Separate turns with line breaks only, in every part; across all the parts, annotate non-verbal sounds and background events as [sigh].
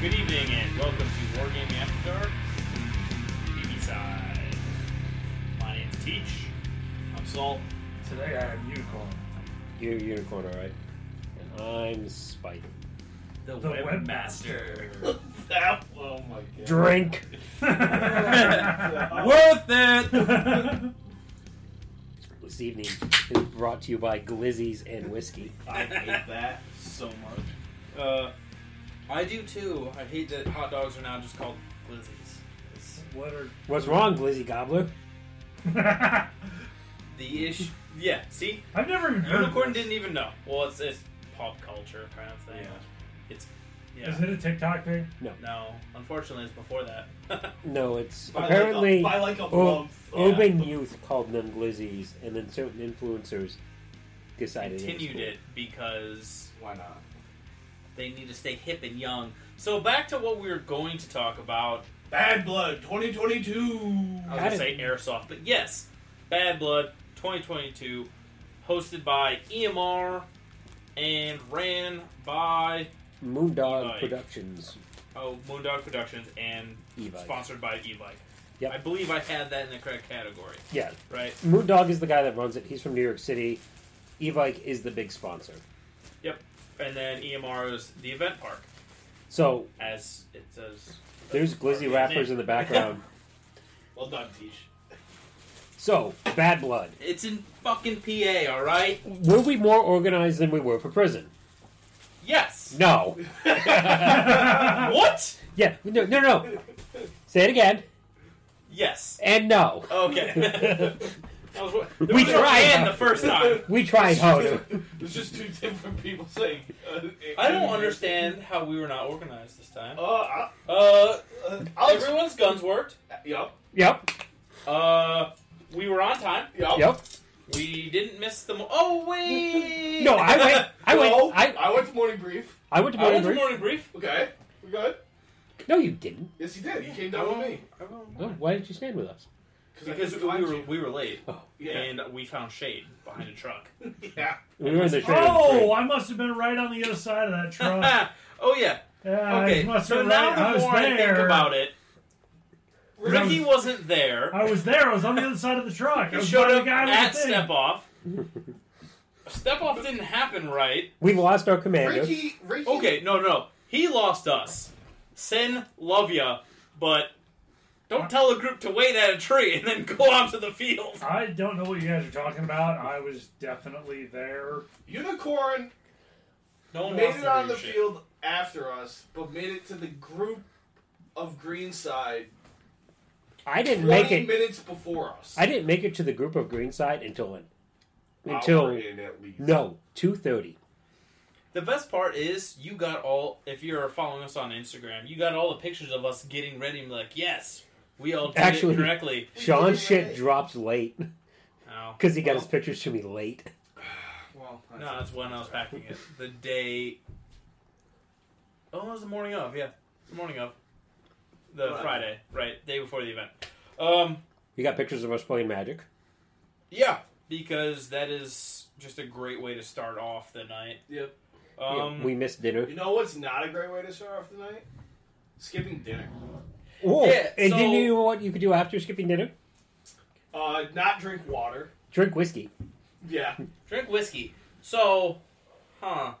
Good evening and welcome to Wargaming After Dark, TV side. My name's Teach. I'm Salt.
Today I am Unicorn.
You're unicorn, all right? And I'm Spike.
The,
webmaster.
[laughs]
that, oh my god.
[laughs] Drink.
Worth it!
[laughs] This evening is brought to you by Glizzies and whiskey.
I hate that so much.
Uh,
I do too. I hate that hot dogs are now just called glizzies. It's
what are
What's wrong, Glizzy Gobbler?
the ish. Yeah, see?
[laughs] I've never even heard
Unicorn
of this.
didn't even know. Well, it's, it's pop culture kind of thing. It's. Yeah.
Is it a TikTok thing?
No. Unfortunately, it's before that. [laughs]
No, it's apparently
by like a
ur-
month.
urban youth called them Glizzies, and then certain influencers decided. was
Continued
cool.
it because
Why not?
they need to stay hip and young. So, back to what we were going to talk about.
Bad Blood 2022.
I was
Got
gonna say airsoft, but yes, Bad Blood 2022, hosted by EMR and ran by
Moondog
Like-
Productions.
oh Moondog Productions and
E-Bike.
sponsored by E-Bike.
Yep.
I believe I had that in the correct category,
Yeah,
right?
Moondog is the guy that runs it. He's from New York City. E-Bike is the big sponsor.
And then EMR is the event park,
So
as it says.
there's glizzy rappers in the background.
Well done,
[laughs]
Teach.
So Bad Blood.
It's in fucking PA, all right?
Were we more organized than we were for prison?
Yes.
No. [laughs]
Uh, what?
Yeah, no, no, no. Say it again.
Yes.
And no.
[laughs] Okay. I was, there
We
was no
tried.
and the first time.
We tried harder.
It's just two different people saying. Uh,
I don't understand how we were not organized this time.
Uh, I,
Uh,
uh, I'll explain.
everyone's guns worked.
Yup,
Yep,
Uh, we were on time.
yup.
yep.
We didn't miss the. Mo- oh wait.
No,
[laughs]
I went. I went.
No,
I,
I went to morning brief.
I went to
I went
Bowling
to
Green.
morning brief.
Okay, we good.
No, you didn't.
Yes, he did. He came down with me
No, why did you stand with us?
I
Because
couldn't
we
find
were
you.
we were late
Yeah,
and we found shade behind a truck.
[laughs] yeah.
We were in the shade.
Oh, I must have been right on the other side of that [laughs] truck.
[laughs] oh yeah.
Yeah, I
Okay.
must
So
have
now
right. I
the
was
more I
there.
think about it,
Right.
Ricky wasn't there.
I was there. I was on the other side of
[laughs]
the truck. I
He
was
showed
by
up
the guy with
at
the thing.
step off. [laughs] step off didn't happen right.
We lost our commander.
Ricky, Ricky.
Okay, no, no. He lost us. Sin, love ya, but don't tell a group to wait at a tree and then [laughs] go out to the field.
I don't know what you guys are talking about. I was definitely there.
Unicorn
No one
made
wants
it
to
on
do
the
shit.
field after us, but made it to the group of Greenside
I didn't
20
make it.
minutes before us.
I didn't make it to the group of Greenside until an,
Hour
until
in at least.
no two thirty.
The best part is you got all. If you're following us on Instagram, you got all the pictures of us getting ready. And be like, yes, we all did
Actually-
it correctly. Oh.
Sean's shit dropped late
No,
because he got his pictures to me late.
Well,
no, that's when I was packing it. The day. Oh, it was the morning of. Yeah, the morning of. The
Right.
Friday, right? Day before the event. Um.
You got pictures of us playing Magic.
Yeah, because that is just a great way to start off the night.
Yep.
Yeah,
Um,
we missed dinner.
You know what's not a great way to start off the night? Skipping dinner.
Oh,
Yeah,
and
so-
didn't you know what you could do after skipping dinner?
Uh, not drink water.
Drink whiskey.
Yeah.
drink whiskey. So, huh?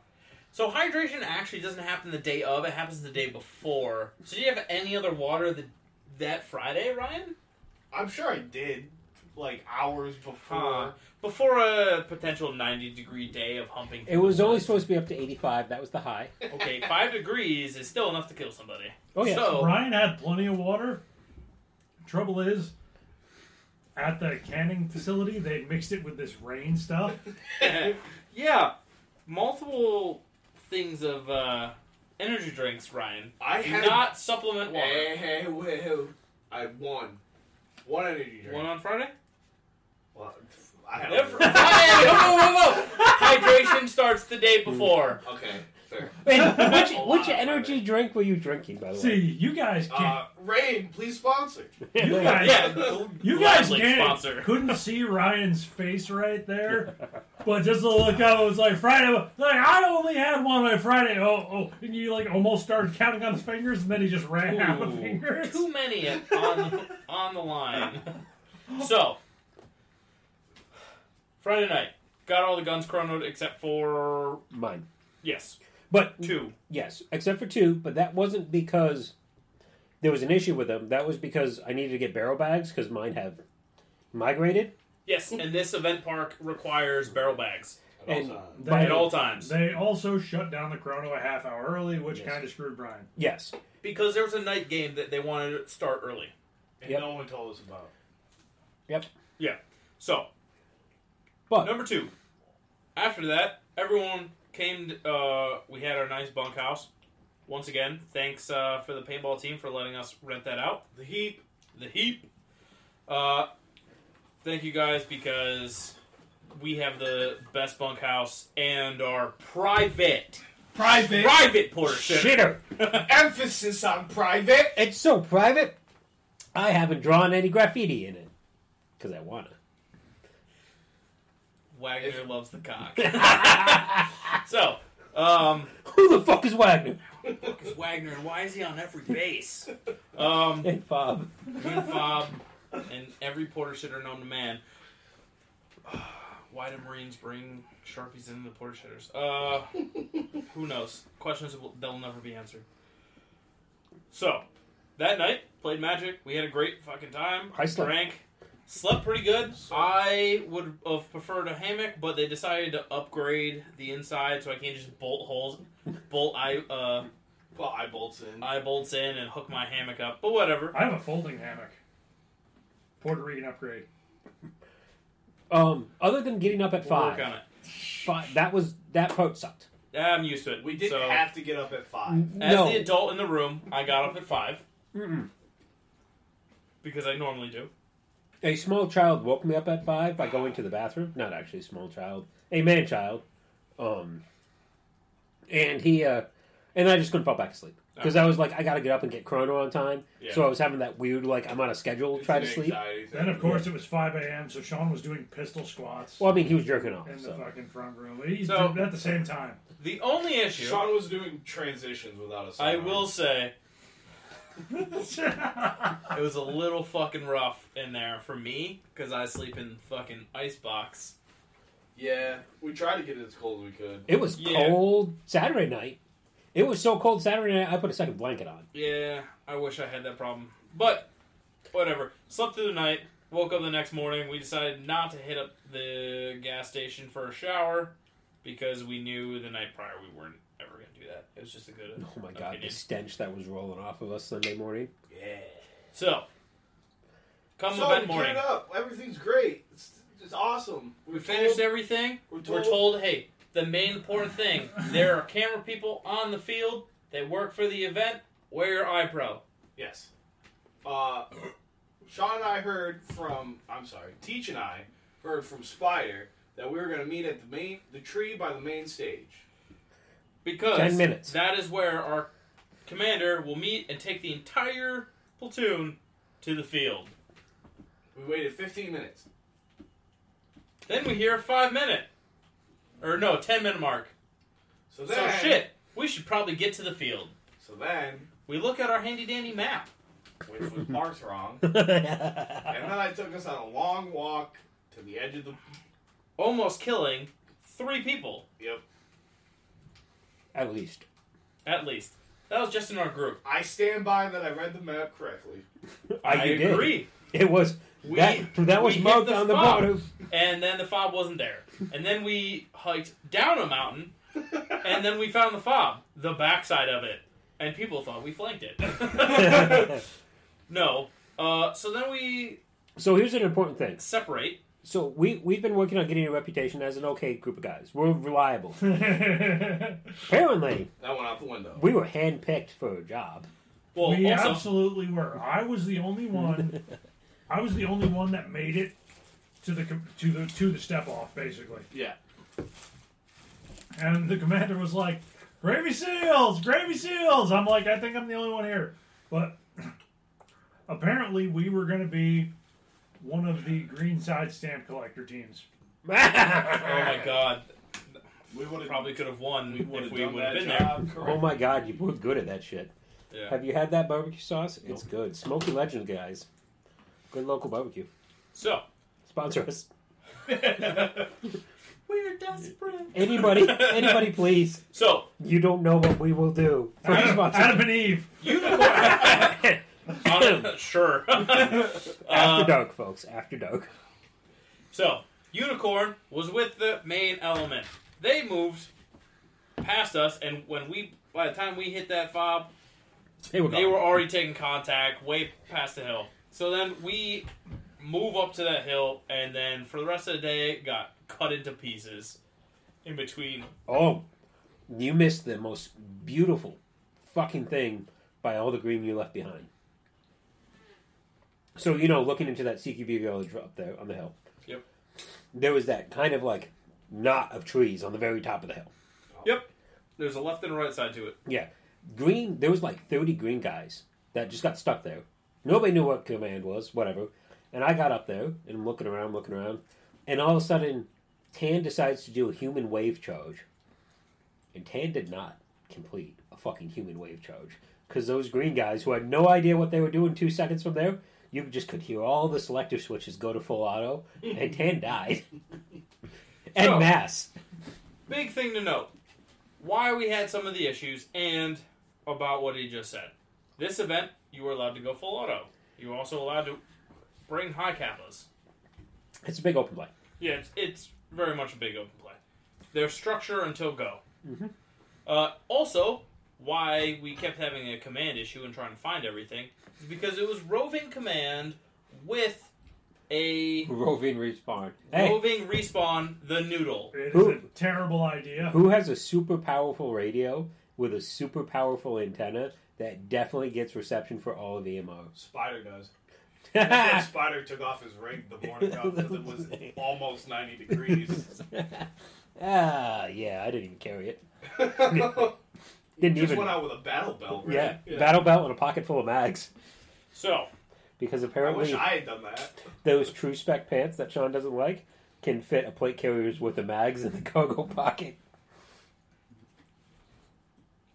So hydration actually doesn't happen the day of; it happens the day before. So, do you have any other water that that Friday, Ryan?
I'm sure I did, like, hours before. [laughs]
Huh. Before a potential ninety-degree day of humping.
It was only supposed to be up to 85. That was the high.
okay. Five degrees is still enough to kill somebody.
Oh, yeah.
So
Ryan had plenty of water. Trouble is, at the canning facility, they mixed it with this
[laughs]
rain stuff.
yeah, multiple things of uh, energy drinks, Ryan.
[laughs] I had.
Not supplement water.
Hey, hey, whoa. I had one. One energy drink.
One on Friday?
Well, Eh. I had
[laughs] Friday! Whoa, whoa, whoa, whoa. Hydration starts the day before.
[laughs] Okay. Fair.
[laughs]
[laughs]
And which
A lot
which
of
energy drink were you drinking, by the
See, you guys can't.
Uh, Rain, please sponsor.
way?
you guys,
Yeah,
you guys
gladly
can't,
sponsor. [laughs]
couldn't see Ryan's face right there, but just the look up, it was like Friday. Like I only had one on Friday. Oh, oh, and you like almost started counting on his fingers, and then he just ran out of
Ooh, [laughs]
fingers.
Too many on on the line. So Friday night, got all the guns chronoed except for
Mine.
yes,
But
two.
yes, except for two, but that wasn't because there was an issue with them. That was because I needed to get barrel bags because mine have migrated.
Yes, and this event park requires barrel bags
And-
times.
They,
at all times
they also shut down the chrono a half hour early, which
Yes.
kind of screwed Brian.
Yes.
because there was a night game that they wanted to start early.
And
Yep.
no one told us about.
So
But
Number two. After that, everyone came. Uh, we had our nice bunkhouse. Once again, thanks uh, for the paintball team for letting us rent that out.
The heap.
The heap. Uh, thank you guys because we have the best bunkhouse and our private
Private.
private portion.
shitter.
Emphasis on private.
It's so private. I haven't drawn any graffiti in it because I wanna. [laughs]
Wagner
If-
loves the cock. so, um,
Who the fuck is Wagner
is Wagner and why is he on every base? Um,
and Fob?
and Fob and every porter shitter known to man. Why do Marines bring Sharpies into the porter shitters? Uh, who knows? Questions that will- that'll never be answered. So, that night, played Magic. We had a great fucking time.
I slept.
Drank. Slept pretty good. I would have preferred a hammock, but they decided to upgrade the inside so I can't just bolt holes, bolt eye, uh,
Well, I bolts in.
eye bolts in and hook my hammock up. But whatever.
I have a folding hammock. Puerto Rican upgrade.
Um, other than getting up at
We'll work on
five,
it.
five, that was that part sucked.
Yeah, I'm used to it.
We didn't
so,
have to get up at five.
As
no,
the adult in the room, I got up at five
Mm-mm.
because I normally do.
a small child woke me up at five by going to the bathroom. Not actually a small child, a man child. Um, and he uh, and I just couldn't fall back asleep because I was like, I got to get up and get Chrono on time.
Yeah.
So I was having that weird like I'm on a schedule,
It's
try
an
to sleep.
anxiety thing.
Then of course it was 5 a.m., so Sean was doing pistol squats
Well, I mean, he was jerking off.
in the
So.
fucking front room. He's
So-
doing it at the same
[laughs]
time.
The only issue
Sean was doing transitions without us.
I will say
That's
it was a little fucking rough in there for me because I sleep in fucking icebox.
Yeah, we tried to get it as cold as we could.
It was
Yeah.
cold Saturday night. It was so cold Saturday night. I put a second blanket on.
Yeah, I wish I had that problem, but whatever. Slept through the night. Woke up the next morning. We decided not to hit up the gas station for a shower because we knew the night prior we weren't ever gonna do that. It was just a good.
Oh my god,
opinion.
the stench that was rolling off of us
[laughs]
Sunday morning.
Yeah.
So, come
so we
event
geared
morning,
up. Everything's great. It's, it's awesome.
we finished
told,
everything.
We're told,
We're told, hey, the main important thing: there are camera people on the field. They work for the event. Wear your eye pro.
Yes. Uh, Sean and I heard from. I'm sorry. Teach and I heard from Spider that we were going to meet at the main, the tree by the main stage.
because
Ten minutes.
that is where our commander will meet and take the entire platoon to the field.
We waited 15 minutes.
Then we hear a five minute, or no, ten minute mark.
So
So
then,
shit, we should probably get to the field.
So then,
We look at our handy dandy map.
which was marked wrong, and then I took us on a long walk to the edge of the.
almost killing three people
Yep.
At least.
at least. That was just in our group.
I stand by that I read the map correctly.
[laughs]
I, Ah, you did.
agree.
It was
We-
that that was
we hit
marked
the
on the
fob.
bottom.
And then the fob wasn't there. And then we hiked down a mountain, and then we found the fob, the backside of it, and people thought we flanked it. [laughs] no. Uh, so then we
so here's an important thing.
separate.
So we we've been working on getting a reputation as an okay group of guys. We're
[laughs]
reliable. [laughs] Apparently,
That went out the window.
we were handpicked for
[laughs]
a job.
Well,
we
also,
absolutely were. I was the only one. I was the only one that made it to the com- to the to the step off, basically.
Yeah.
And the commander was like, Gravy seals, gravy seals. I'm like, I think I'm the only one here. But [clears throat] apparently, we were going to be one of the green side stamp collector teams.
Oh my god.
We would have
Probably could have won
we would
if
have
we
done
would have
that
been there.
job.
oh my god, you were good at that shit.
Yeah.
Have you had that barbecue sauce? It's good. Smoky Legend, guys. Good local barbecue.
So, [laughs]
Sponsor us.
we're desperate.
Anybody, anybody, please.
So,
You don't know what we will do. For
Adam,
sponsor.
Adam and Eve.
[laughs]
[laughs]
on- sure. [laughs]
after dark, folks. After dark.
So, Unicorn was with the main element. They moved past us, and when we, by the time we hit that fob,
They were
they were already taking contact way past the hill. So then we move up to that hill, and then for the rest of the day, got cut into pieces in between.
Oh, you missed the most beautiful fucking thing by all the green you left behind. So you know, looking into that CQB village up there on the hill.
Yep.
There was that kind of like knot of trees on the very top of the hill.
Yep. There's a left and a right side to it.
Yeah. Green, there was like 30 green guys that just got stuck there. Nobody knew what command was, whatever. And I got up there and I'm looking around, looking around. And all of a sudden, Tan decides to do a human wave charge. And Tan did not complete a fucking human wave charge. Because those green guys who had no idea what they were doing two seconds from there, you just could hear all the selector switches go to full auto. And Tan died. and
So-
mass.
Big thing to note why we had some of the issues and about what he just said. This event, you were allowed to go full auto. You were also allowed to bring high kappas.
It's a big open play.
Yeah, it's, it's very much a big open play. Their structure until go. Uh, also, why we kept having a command issue and trying to find everything is because it was roving command with a
Roving respawn. Hey.
roving respawn, the noodle.
It is
Who-
a terrible idea.
Who has a super powerful radio with a super powerful antenna that definitely gets reception for all of EMO?
Spider does. That's
[laughs]
why
yeah,
Spider took off his ring the morning of because it was almost 90 degrees.
Ah, I didn't even carry it.
[laughs]
Didn't
Just
even.
went out with a battle belt, right?
yeah, battle belt and a pocket full of mags.
So,
Because
I wish
apparently
I had done that.
those true spec pants that Sean doesn't like can fit a plate carrier's worth of mags in the cargo pocket.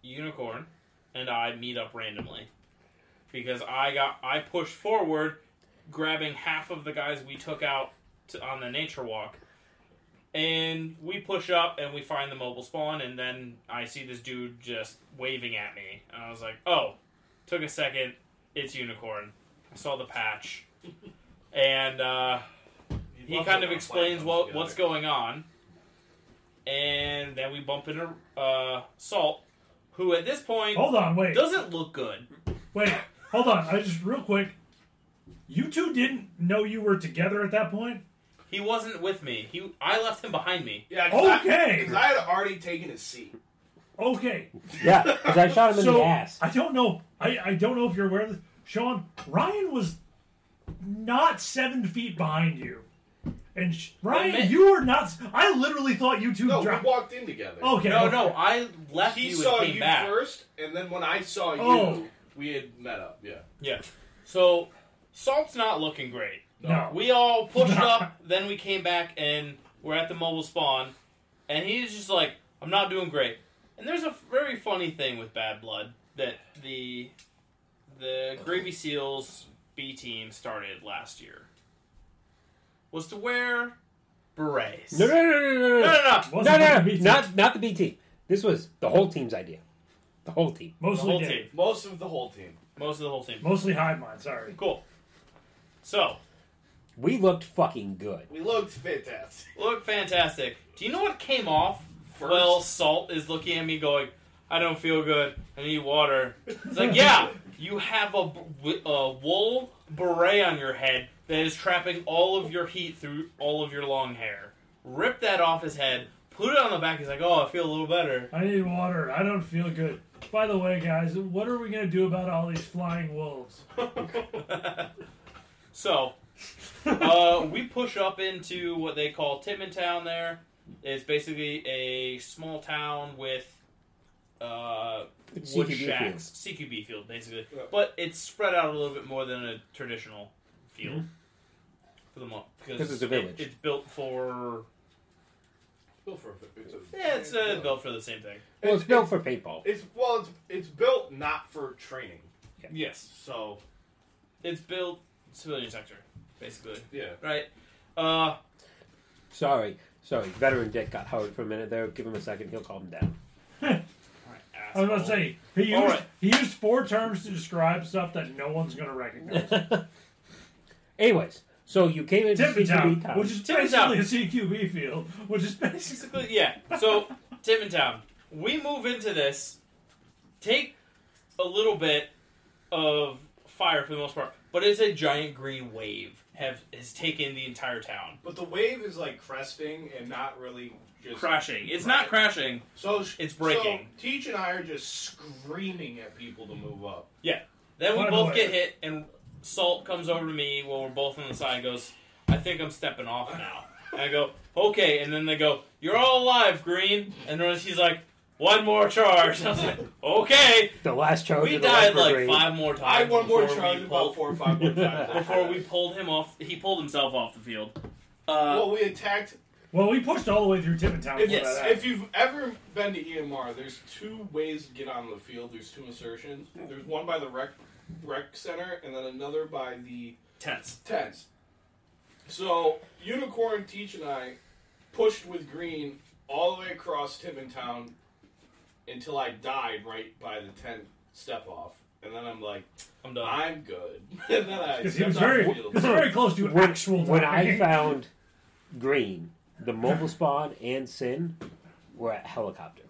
Unicorn and I meet up randomly because I got I pushed forward, grabbing half of the guys we took out to, on the nature walk, and we push up and we find the mobile spawn, and then I see this dude just waving at me, and I was like, oh, took a second, it's Unicorn. I saw the patch, and uh, he
loves
kind
it
of
when
explains
plans
what
come
what's
together.
going on, and then we bump into uh, Salt, who at this point
Hold on, wait.
doesn't look good.
Wait, hold on. I just, real quick. You two didn't know you were together at that point?
He wasn't with me. He I left him behind me.
Yeah, 'cause I-
Okay.
'cause I, had already taken his seat.
Okay.
Yeah, because I shot him in the ass.
I don't know. I, I don't know if you're aware of this. Sean, Ryan was not seven feet behind you. And sh- Ryan,
man-
you were not. s- I literally thought you two
No,
dropped.
we walked in together.
okay.
No,
okay.
no, I left
he
you
saw
and came
you
back.
first, and then when I saw you,
Oh.
we had met up. Yeah.
Yeah. So Salt's not looking great.
No.
We all pushed
[laughs]
up, then we came back and we're at the mobile spawn, and he's just like, I'm not doing great. And there's a very funny thing with Bad Blood that the the Gravy Seals B team started last year was to wear berets.
No, no, no, no, no, no.
no, no. no.
Wasn't
No, no,
the B team.
not not the B team. This was the whole team's idea. The whole team.
The
Mostly
whole
did.
team.
Most of the whole team.
Most of the whole team.
Mostly hide mine. Sorry.
Cool. So,
We looked fucking good.
We looked fantastic. [laughs]
look fantastic. Do you know what came off?
First.
Well, Salt is looking at me going, I don't feel good. I need water. It's like, yeah, you have a, b- w- a wool beret on your head that is trapping all of your heat through all of your long hair. Rip that off his head, put it on the back. He's like, oh, I feel a little better.
I need water. I don't feel good. By the way, guys, what are we gonna do about all these flying wolves?
So, uh, we push up into what they call Timmon Town there. It's basically a small town with uh,
It's
wood
CQB
shacks, CQB field basically,
Yeah.
but it's spread out a little bit more than a traditional field for the month
'Cause it's a village.
it's built for
Built for a- it's a-
yeah, it's uh, built for the same thing.
Well, it's built for paintball.
It's well, it's it's built not for training.
Yes,
So
it's built civilian sector basically,
yeah,
right? Uh,
Sorry, sorry. Veteran Dick got hurt for a minute there. Give him a second. He'll calm down.
I was about to say he used
All right.
he used four terms to describe stuff that no one's
[laughs]
gonna recognize.
Anyways, so you came into
Tippy
CQB
Town,
town.
which is
Tippy Town.
basically a CQB field, which is basically
[laughs] basically, yeah. So, Tim and Tom, we move into this, take a little bit of fire for the most part, but it's a giant green wave have has taken the entire town.
but the wave is like cresting and not really just
Crashing. It's not crashing.
So sh-
It's breaking.
So Teach and I are just screaming at people to move up.
Then we
By the
both
way-
get hit, and Salt comes over to me while we're both on the side and goes, I think I'm stepping off now. [laughs] And I go, okay. And then they go, you're all alive, Green. And then he's like, one more charge. [laughs] I was like, okay.
the last charge
We
of the
died
Lifer
like
Grade.
five more times.
I had one more
before we
charge about
pulled-
four or five more
[laughs]
times
before we pulled him off. He pulled himself off the field. Uh,
Well, we attacked.
well, we pushed all the way through Tippin Town.
If,
before
Yes.
that.
if you've ever been to EMR, there's two ways to get on the field. There's two insertions. There's one by the rec rec center, and then another by the
tense.
tents. So Unicorn, Teach, and I pushed with Green all the way across Town until I died right by the tent step off, and then I'm like,
I'm done.
I'm good. [laughs] and then I
Because he was
stepped off
very,
the
he
field.
was [laughs] very close to
when,
actual
when I
dying.
found Green, the mobile spawn and Sin were at helicopter.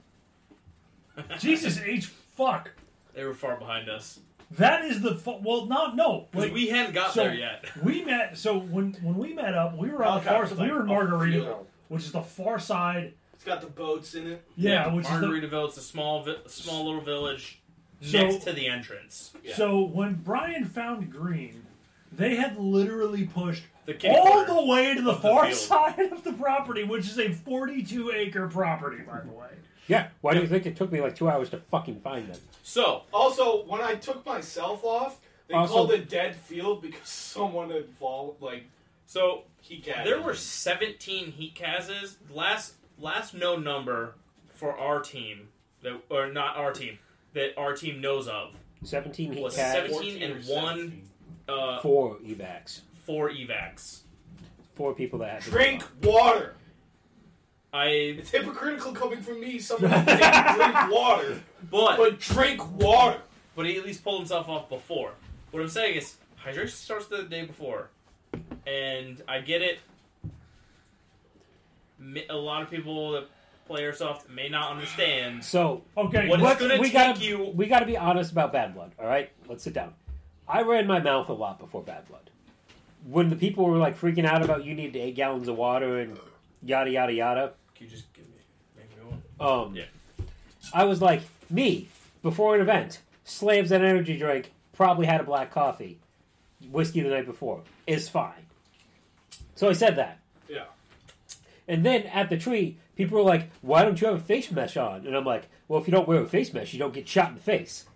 Jesus H. Fuck.
they were far behind us.
That is the fu- well, not no.
'Cause
Like we,
we hadn't got
so-
there yet.
met. So when when we met up, we were on the far.
Helicopter's
We were in
like a
Margaritaville,
field.
which is the far side.
It's got the boats in it.
Yeah, which is the,
Margaritaville. It's a small, vi- small little village
So-
next to the entrance.
Yeah.
So when Brian found Green, they had literally pushed
The kitty
all
corner.
the way to the
of the
far
field.
side of the property, which is a 42 acre property, by the way.
Yeah, why do you think it took me like two hours to fucking find them?
So
Also, when I took myself off, they
Also-
called it dead field because [laughs] someone had fall like
so
he got.
there were 17 heat cases. Last last known number for our team that or not our team that our team knows of.
Seventeen heat
Was
cats,
17 and one- Uh,
four evacs,
four evacs.
four people that had to
Drink
go.
water.
I
It's hypocritical coming from
[laughs]
me. Someone who didn't drink water,
but
but drink water.
But he at least pulled himself off before. What I'm saying is, hydration starts the day before. And I get it. Mi- A lot of people that play Airsoft may not understand.
So
Okay,
What
what-
it's going to
we
take
gotta
you.
we gotta be honest about Bad Blood. All right, let's sit down. I ran my mouth a lot before Bad Blood. When the people were like freaking out about you need eight gallons of water and yada yada yada,
Can you just give me, make me one?
um,
Yeah.
I was like me before an event slams an energy drink, probably had a black coffee, whiskey the night before is fine. So I said that.
Yeah.
And then at the tree, people were like, "Why don't you have a face mesh on?" And I'm like, "Well, if you don't wear a face mesh, you don't get shot in the face."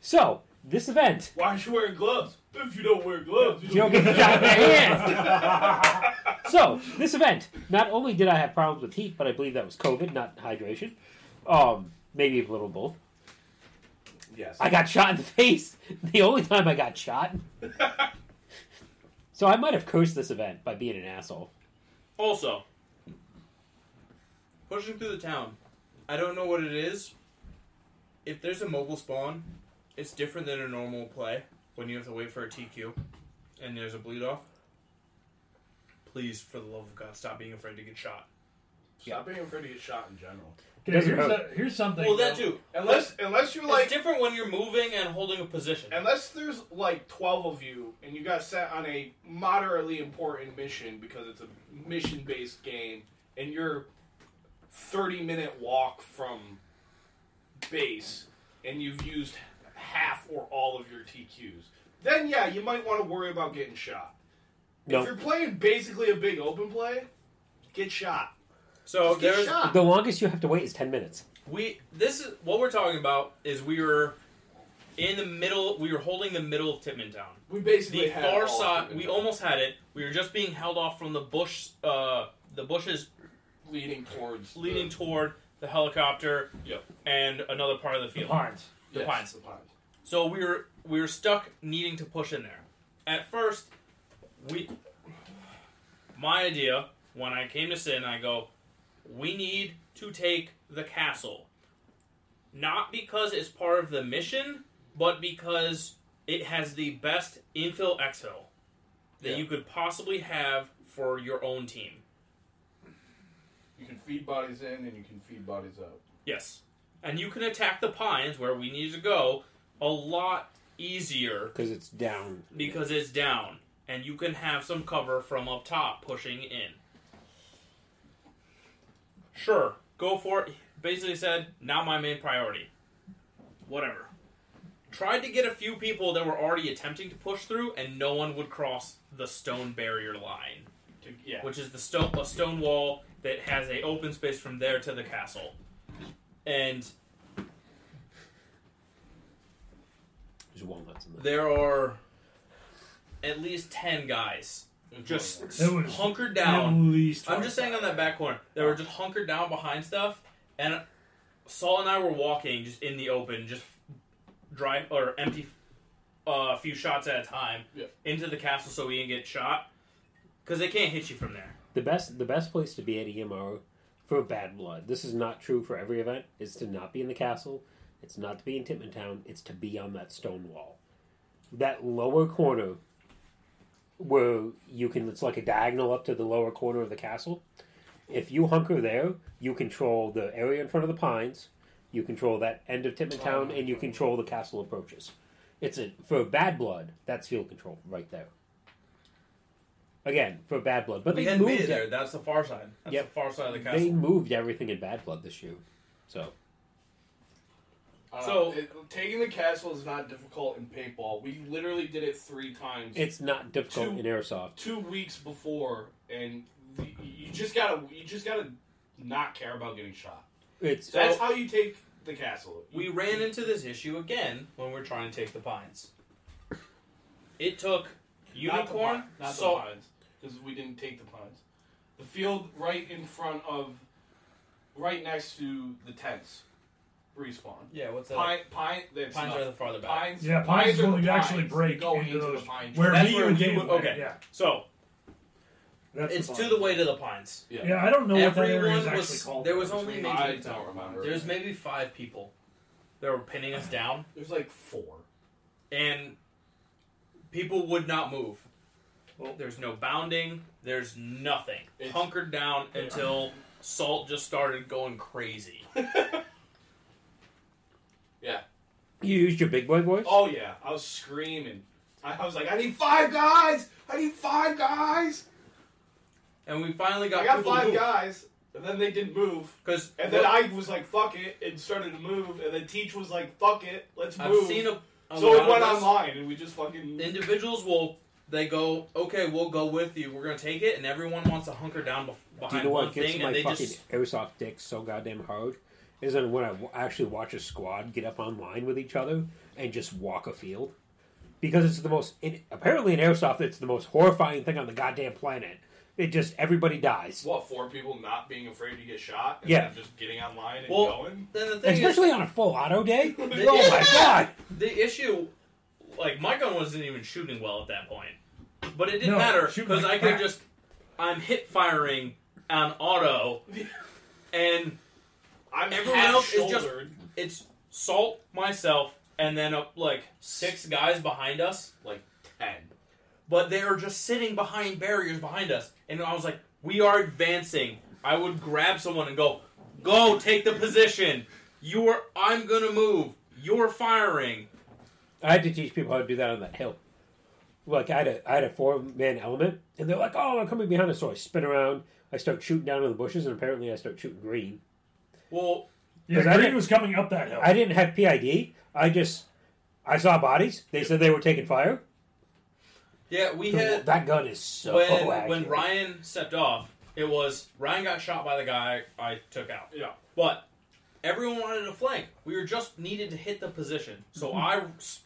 So this event,
Why aren't you wearing gloves? If you don't wear gloves,
you don't get shot in the hand.
[laughs]
So this event, not only did I have problems with heat, but I believe that was COVID, not hydration. Um, maybe a little of both.
Yes.
I got shot in the face. The only time I got shot. So I might have cursed this event by being an asshole.
Also, pushing through the town. I don't know what it is. If there's a mobile spawn, it's different than a normal play when you have to wait for a TQ and there's a bleed off. Please, for the love of God, stop being afraid to get shot.
Stop being afraid to get shot in general.
okay, here's,
doesn't
a,
hurt.
here's something.
Well, that
though.
too.
Unless, unless you're
It's
like,
different when you're moving and holding a position.
unless there's like twelve of you and you got set on a moderately important mission because it's a mission-based game, and you're thirty-minute walk from base, and you've used half or all of your TQs. Then yeah, you might want to worry about getting shot.
No.
If you're playing basically a big open play, get shot.
So
Just get
there's
shot.
The longest you have to wait is ten minutes.
we this is what we're talking about is we were in the middle. We were holding the middle of Tippmantown. Town.
We basically
the
had all
far
of
side.
them
We
in
almost had it. We were just being held off from the bush. Uh, the bushes
leading towards
leading
the,
toward the helicopter
Yep.
and another part of the
The
field.
pines.
the
yes,
pines.
The pines.
So we were we were stuck needing to push in there. At first, we my idea when I came to Sin, I go, we need to take the castle, not because it's part of the mission, but because it has the best infill exfil that
Yeah.
you could possibly have for your own team.
You can feed bodies in and you can feed bodies out.
Yes, and you can attack the pines where we need to go a lot easier
because it's down.
because it's down and you can have some cover from up top pushing in. Sure, go for it. Basically said, not my main priority. Whatever. Tried to get a few people that were already attempting to push through, and no one would cross the stone barrier line,
To, yeah.
which is the stone a stone wall that has a open space from there to the castle. And
There's walnuts in there.
there are at least ten guys just
It was-
hunkered down.
At least.
I'm just saying on that back corner, they were just hunkered down behind stuff, and Saul and I were walking just in the open, just drive or empty a few shots at a time
Yeah.
into the castle so we didn't get shot because they can't hit you from there.
The best the best place to be at E EMO for bad blood. This is not true for every event. Is to not be in the castle. It's not to be in Tippmantown. It's to be on that stone wall, that lower corner where you can. It's like a diagonal up to the lower corner of the castle. If you hunker there, you control the area in front of the pines. You control that end of Tippmantown, and you control the castle approaches. It's a for bad blood. That's field control right there. Again, for bad blood, but
We
they
had
moved
made it
it.
there. That's the far side. That's
Yep.
the far side of the
They
castle.
moved everything in Bad Blood this year. So
Uh,
So-
it, taking the castle is not difficult in paintball. We literally did it three times,
it's not difficult
Two-
in Airsoft.
two weeks before, and the, you just gotta you just gotta not care about getting shot.
It's
That's how you take the castle. You-
we ran into this issue again when we are trying to take the pines. It took unicorn,
Not the, pine- not
Saul,
the pines, because we didn't take the pines. The field right in front of, right next to the tents, respawn.
yeah, what's that?
Pine, pine. That's
Pines
not-
are the farther back.
Pines,
Yeah, pines
are
will
the
you actually
pines.
break
Go
into those-
the pine
Where
trees.
That's
me
where
and
you
Dave
would-
went,
okay.
Yeah,
So
that's
it's
the
to
pine.
the way to the pines.
Yeah, I don't know what that area
Everyone
is actually
was-
called.
there was only maybe-
I don't remember.
There's maybe five people that were pinning us down,
There's like four.
[laughs] and people would not move.
Well-
There's no bounding. There's nothing.
It's-
Hunkered down until Salt just started going crazy.
you used your big boy voice.
Oh yeah, I was screaming. I, I was like, I need five guys. I need five guys.
And we finally got,
I got
people
five
to move.
guys, and then they didn't move.
Because
And then I was like, fuck it, and started to move. And then Teach was like, fuck it, let's
have
move.
seen a, a
so
lot
it went
of us-
online, and we just fucking.
Individuals will they go okay, we'll go with you. We're gonna take it, and everyone wants to hunker down bef-
Do you
behind
know
one
what gets
thing,
my
and they
fucking
just
Airsoft dick so goddamn hard? Is that when I w- actually watch a squad get up online with each other and just walk a field. Because it's the most it, apparently in Airsoft it's the most horrifying thing on the goddamn planet. It just everybody dies,
what four people not being afraid to get shot? And
Yeah.
then just getting online and
Well,
going.
then the thing is,
especially on a full auto
[laughs]
day. oh
They-
my god!
the issue, like my gun wasn't even shooting well at that point, but it didn't
No,
matter
shoot
because
like
I could
crap.
just I'm hit firing on auto, and
I'm
Everyone else is just-
half-shouldered,
it's salt myself and then uh, like six guys behind us,
like ten.
but they are just sitting behind barriers behind us, and I was like, we are advancing. I would grab someone and go, go take the position. You're I'm gonna move. You're firing.
I had to teach people how to do that on that hill. Like I had a I had a four man element, and they're like, "Oh, I'm coming behind us." So I spin around, I start shooting down in the bushes, and apparently I start shooting green.
Well,
Yeah,
'Cause I
Green
didn't-
was coming up that hill.
I didn't have PID. I just I saw bodies. They said they were taking fire.
yeah, we had
that gun is so
when
oh,
when
accurate.
Ryan stepped off, it was Ryan got shot by the guy I took out.
Yeah.
But Everyone wanted a flank. We were just needed to hit the position. So I s-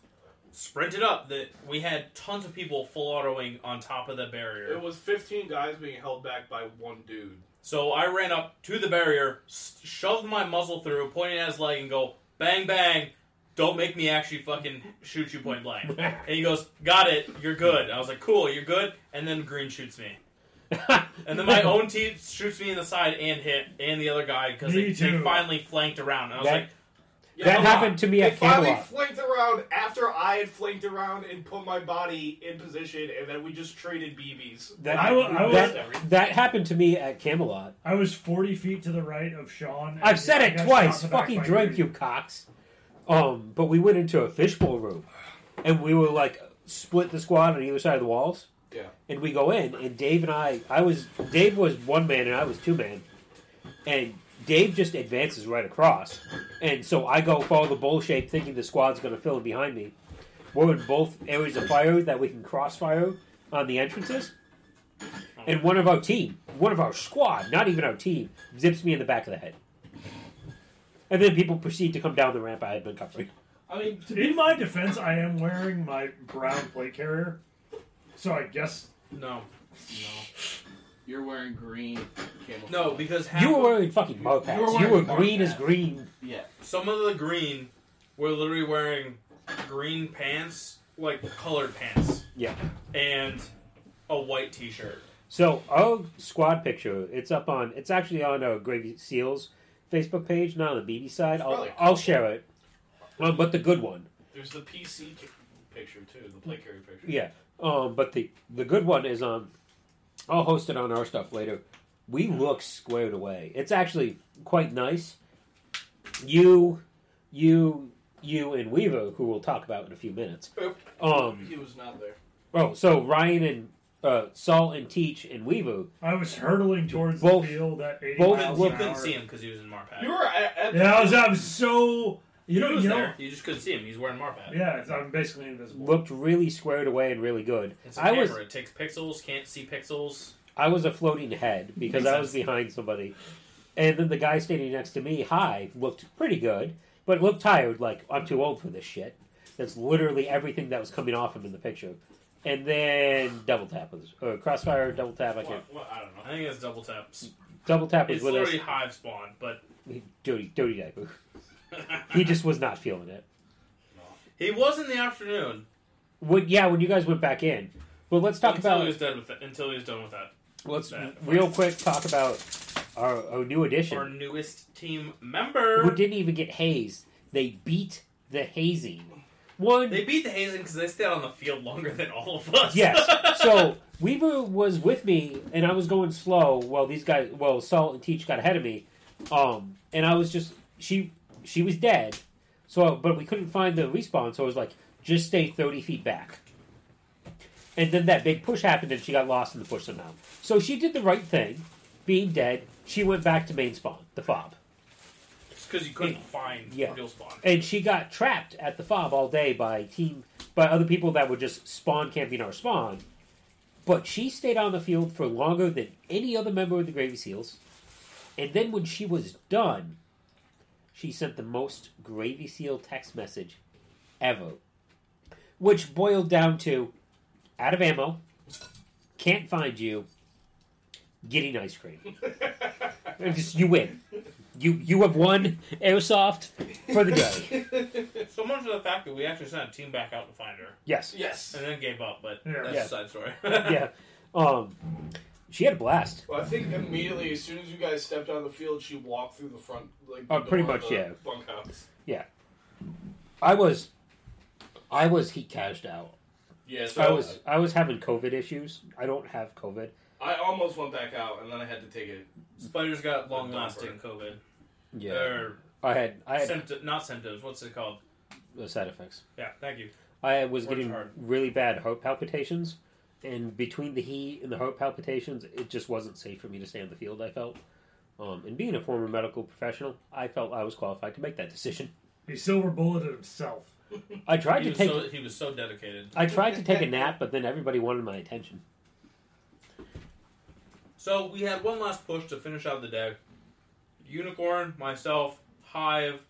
sprinted up. That we had tons of people full autoing on top of the barrier.
It was 15 guys being held back by one dude.
So I ran up to the barrier, s- shoved my muzzle through, pointed at his leg, and go bang bang. Don't make me actually fucking shoot you point blank. And he goes, "Got it. You're good." I was like, "Cool, you're good." And then Green shoots me,
[laughs]
and then my own team shoots me in the side and hit, and the other guy because
Me
they, they
too.
finally flanked around. And I was
That-
like,
Yeah,
that
come
happened to me
They
at
finally
Camelot.
flanked around after I had flanked around and put my body in position, and then we just traded BBs.
That,
I wa- I was-
that, that happened to me at Camelot.
I was 40 feet to the right of Sean. and
I've said
I
it
got
twice.
shot in the back
Fucking
by
drink,
Green.
you cocks. Um, but we went into a fishbowl room, and we were like split the squad on either side of the walls.
Yeah.
And we go in, and Dave and I, I was Dave was one man, and I was two man, and Dave just advances right across, and so I go follow the bowl shape, thinking the squad's going to fill in behind me. We're in both areas of fire that we can crossfire on the entrances, and one of our team, one of our squad, not even our team, zips me in the back of the head. And then people proceed to come down the ramp I had been covering.
I mean,
In my defense, I am wearing my brown plate carrier, so I guess
"No,
[laughs]
You're wearing green camouflage.
no," because half
You were
of-
wearing fucking mud packs.
You were
You were
wearing mud
green as
packs.
green.
Yeah.
some of the green were literally wearing green pants, like colored pants,
Yeah.
and a white T-shirt.
So our squad picture, it's up on, it's actually on uh, Gravy Seals Facebook page, not on the BB side. I'll,
probably cool.
I'll share it, um, but the good one,
there's the PC ca- picture too, the play carry picture.
yeah. Um, but the the good one is on. I'll host it on our stuff later. We look squared away. It's actually quite nice. You, you, you, and Weaver, who we'll talk about in a few minutes.
Yep.
Um.
He was not there.
Oh, so Ryan and uh, Saul and Teach and Weaver.
I was hurtling towards
Both-
the field at 80
both
miles
You
an
look-
couldn't
hour.
see him because he was in Marpat.
You were at, at
Yeah, I was, I was so you know
he was
you know
there. You just couldn't see him. He's wearing Marpat.
yeah. It's, I'm basically invisible.
Looked really squared away and really good.
It's a
I
camera.
was
It takes pixels. Can't see pixels.
I was a floating head because
Makes
I was behind somebody. And then the guy standing next to me, high, looked pretty good, but looked tired, like, I'm too old for this shit. That's literally everything that was coming off him in the picture. And then double tap was, or crossfire, double tap, I can't.
What, what, I don't know.
I think it's double taps.
Double tap was
It's
with us.
literally hive spawn, but
Dirty, dirty diaper.
[laughs]
He just was not feeling it.
he was in the afternoon.
When, yeah, when you guys went back in. But let's talk
until
about,
he was done with that. Until he was done with that.
let's
that
real
first.
quick talk about our, our new addition.
Our newest team member.
who didn't even get hazed. They beat the hazing. One,
They beat the Hazen because they stayed on the field longer than all of us. [laughs]
[laughs] yes. So Weaver was with me, and I was going slow. Well, these guys, well, Salt and Teach got ahead of me, um, and I was just she she was dead. So, but we couldn't find the respawn, so I was like, just stay thirty feet back. And then that big push happened, and she got lost in the push somehow. So she did the right thing, being dead. She went back to main spawn, the fob.
because you couldn't find
Yeah.
real spawn.
and she got trapped at the fob all day by team by other people that were just spawn camping our spawn. But she stayed on the field for longer than any other member of the Gravy Seals. And then when she was done, she sent the most Gravy Seal text message ever. Which boiled down to out of ammo, can't find you, getting ice cream. [laughs] And just- you win. You you have won airsoft for the
[laughs]
day.
So much for the fact that we actually sent a team back out to find her
Yes.
Yes.
and then gave up. But
Yeah.
that's
Yeah.
a side story.
Yeah. Um, she had a blast.
Well, I think immediately as soon as you guys stepped on the field, she walked through the front like
Oh,
the
pretty
door of
much,
the
yeah.
bunkhouse.
I was, I was heat cashed out.
Yeah,
I was, I was having COVID issues. I don't have COVID.
I almost went back out, and then I had to take it.
[laughs] Spiders got long-lasting COVID. Or
I had, I had
symptom, not symptoms. What's it called?
uh, side effects.
Yeah, thank you.
I was
Worked
getting
hard.
really bad heart palpitations, and between the heat and the heart palpitations, it just wasn't safe for me to stay on the field. I felt, um, and being a former medical professional, I felt I was qualified to make that decision.
He silver bulleted himself.
I tried
He
to
was,
take,
so, he was so dedicated.
I tried to
[laughs]
take a nap, but then everybody wanted my attention.
So we had one last push to finish out the day. Unicorn, myself, Hive,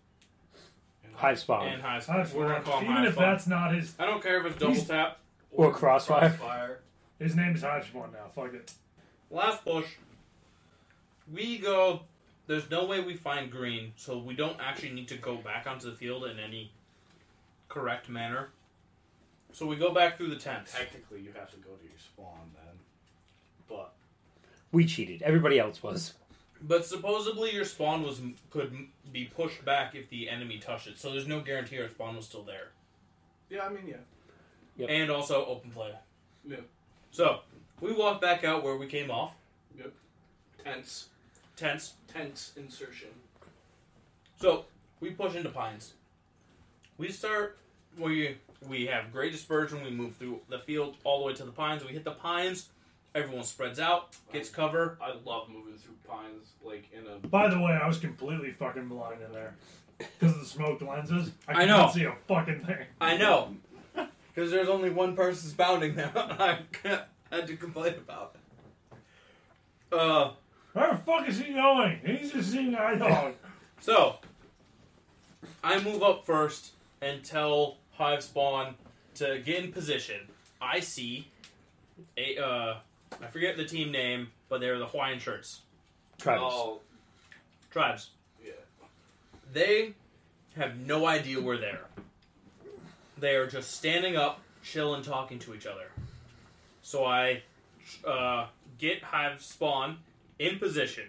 Hive spawn.
and Hive Spawn.
Hive
We're gonna
Spawn.
call him
Even
Hive
if
Spawn.
that's not his,
I don't care if it's double
He's-
tap,
Or Crossfire.
Crossfire.
his name is Hive Spawn now. Fuck it.
last push. We go. There's no way we find green, so we don't actually need to go back onto the field in any correct manner. So we go back through the tents.
Technically, you have to go to your spawn then. But
We cheated. Everybody else was.
But supposedly your spawn was could m- be pushed back if the enemy touched it, so there's no guarantee our spawn was still there.
yeah, I mean, yeah.
Yep.
And also open play.
Yeah.
So we walk back out where we came off,
Tense,
tents.
tense insertion.
So we push into pines. We start we we have great dispersion. We move through the field all the way to the pines. We hit the pines. Everyone spreads out, gets cover.
I love moving through pines like in a.
By the way, I was completely fucking blind in there because of the smoked lenses.
I
I, could
know.
not see a fucking thing.
I [laughs] know, because there's only one person spouting that [laughs] I had to complain about. Uh,
Where the fuck is he going? He's just seeing eye dog.
So, I move up first and tell Hive Spawn to get in position. I see a uh, I forget the team name, but they're the Hawaiian shirts
Travis.
Oh,
tribes.
yeah.
They have no idea we're there. They are just standing up, chill, and talking to each other. So I uh, get Hive Spawn in position.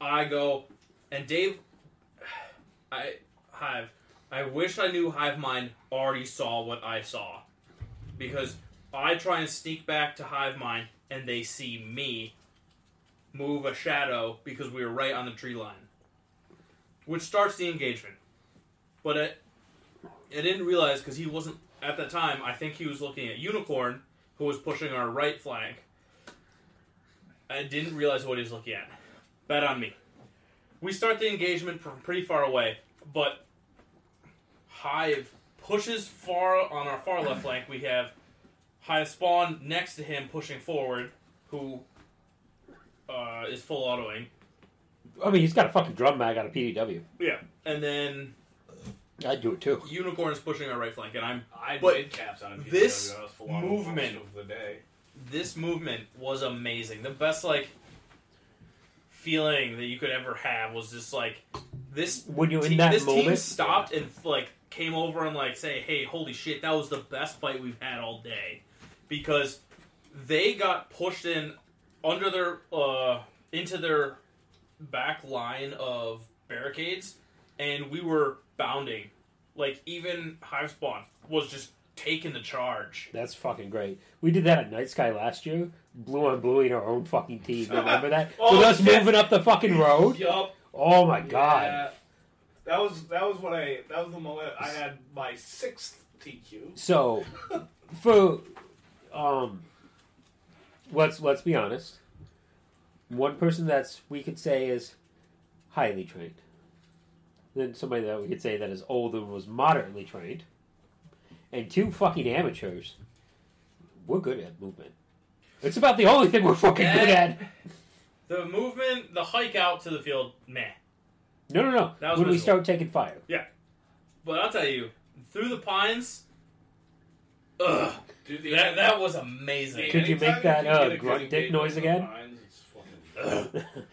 I go, and Dave, [sighs] I Hive, I wish I knew Hive Mind already saw what I saw, because I try and sneak back to Hive Mind, and they see me move a shadow because we were right on the tree line which starts the engagement. But it, I didn't realize because he wasn't at that time. I think he was looking at Unicorn, who was pushing our right flank. I didn't realize what he was looking at. Bet on me. We start the engagement from pretty far away, but Hive pushes far on our far left flank. We have Hive Spawn next to him pushing forward, who uh, is full autoing.
I mean, he's got a fucking drum mag out of PDW.
Yeah. And then
I'd do it too.
Unicorn is pushing our right flank, and I'm
I
But
did caps on a PCW.
this
That was full on
movement-
most of the day.
this movement was amazing. The best like feeling that you could ever have was just like this.
When you're
te-
in that
this team
moment,
stopped and like came over and like say, "Hey, holy shit, that was the best fight we've had all day," because they got pushed in under their uh into their back line of barricades, and we were bounding. Like even Hive Spawn was just taking the charge.
that's fucking great. We did that at Night Sky last year. Blue on blue in our own
[laughs]
fucking team. Remember that?
Oh,
With us
yeah.
moving up the fucking road.
Yup.
Oh my god.
Yeah. That was that was what I that was the moment I had my sixth TQ.
So, for um, let's let's be honest. One person that's we could say is highly trained. Then somebody that we could say that is old and was moderately trained, and two fucking amateurs. We're good at movement. It's about the only thing we're fucking good at.
The movement, the hike out to the field, meh.
No, no, no.
That was
when we
miserable.
start taking fire, [coughs]
But I'll tell you, through the pines, ugh,
Dude, the-
that, that was amazing.
Could you
anytime
make that,
can get
uh,
a good
grunt dick
engagement
noise
with
again? Uh,
Mines, it's fucking-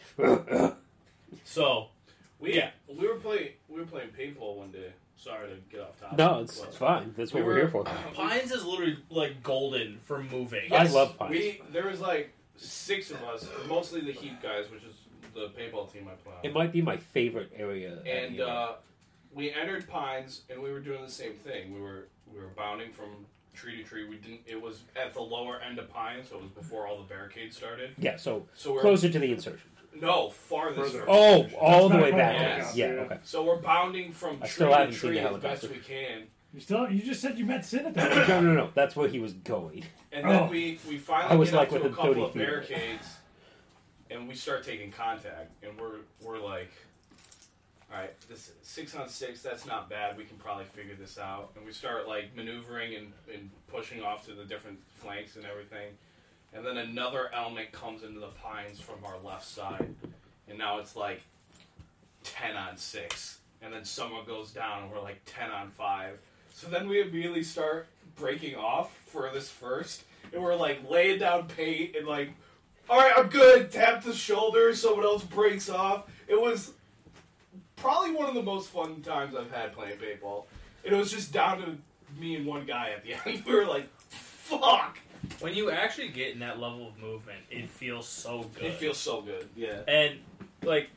So
We
Yeah.
we were playing we were playing paintball one day. Sorry to get off topic.
no, it's,
but
it's fine. That's what
we
we are
were-
here
[coughs]
for.
pines is literally like golden for moving.
I love pines.
We there was like six of us, mostly the Heat guys, which is the paintball team I play on.
It might be my favorite area. at
and
the event.
uh, we entered pines and we were doing the same thing we were we were bounding from tree to tree we didn't it was at the lower end of pines so it was before all the barricades started
yeah, so
so we're
closer to the insertion.
no farthest
Further.
Oh, all the
not
way
quite
back.
what I
Yeah,
got,
okay.
so we're bounding from
I
tree
still
to
haven't seen
tree
the
as best
helicopter.
we can
You still? You just said you met Sid at that. point.
No, no, no. That's where he was going.
and then
Oh.
we we
I
finally
was
get
like
up to a
within
couple
30
of
feet.
barricades and we start taking contact and we're we're like all right this six on six that's not bad we can probably figure this out and we start like maneuvering and, and pushing off to the different flanks and everything and then another element comes into the pines from our left side and now it's like ten on six, and then someone goes down, and we're like ten on five. So then we immediately start breaking off for this first, and we're like laying down paint and like, all right, I'm good. Tap the shoulder. Someone else breaks off. It was probably one of the most fun times I've had playing paintball. And it was just down to me and one guy at the end. [laughs] We were like, fuck.
When you actually get in that level of movement, it feels so good.
It feels so good. Yeah.
and like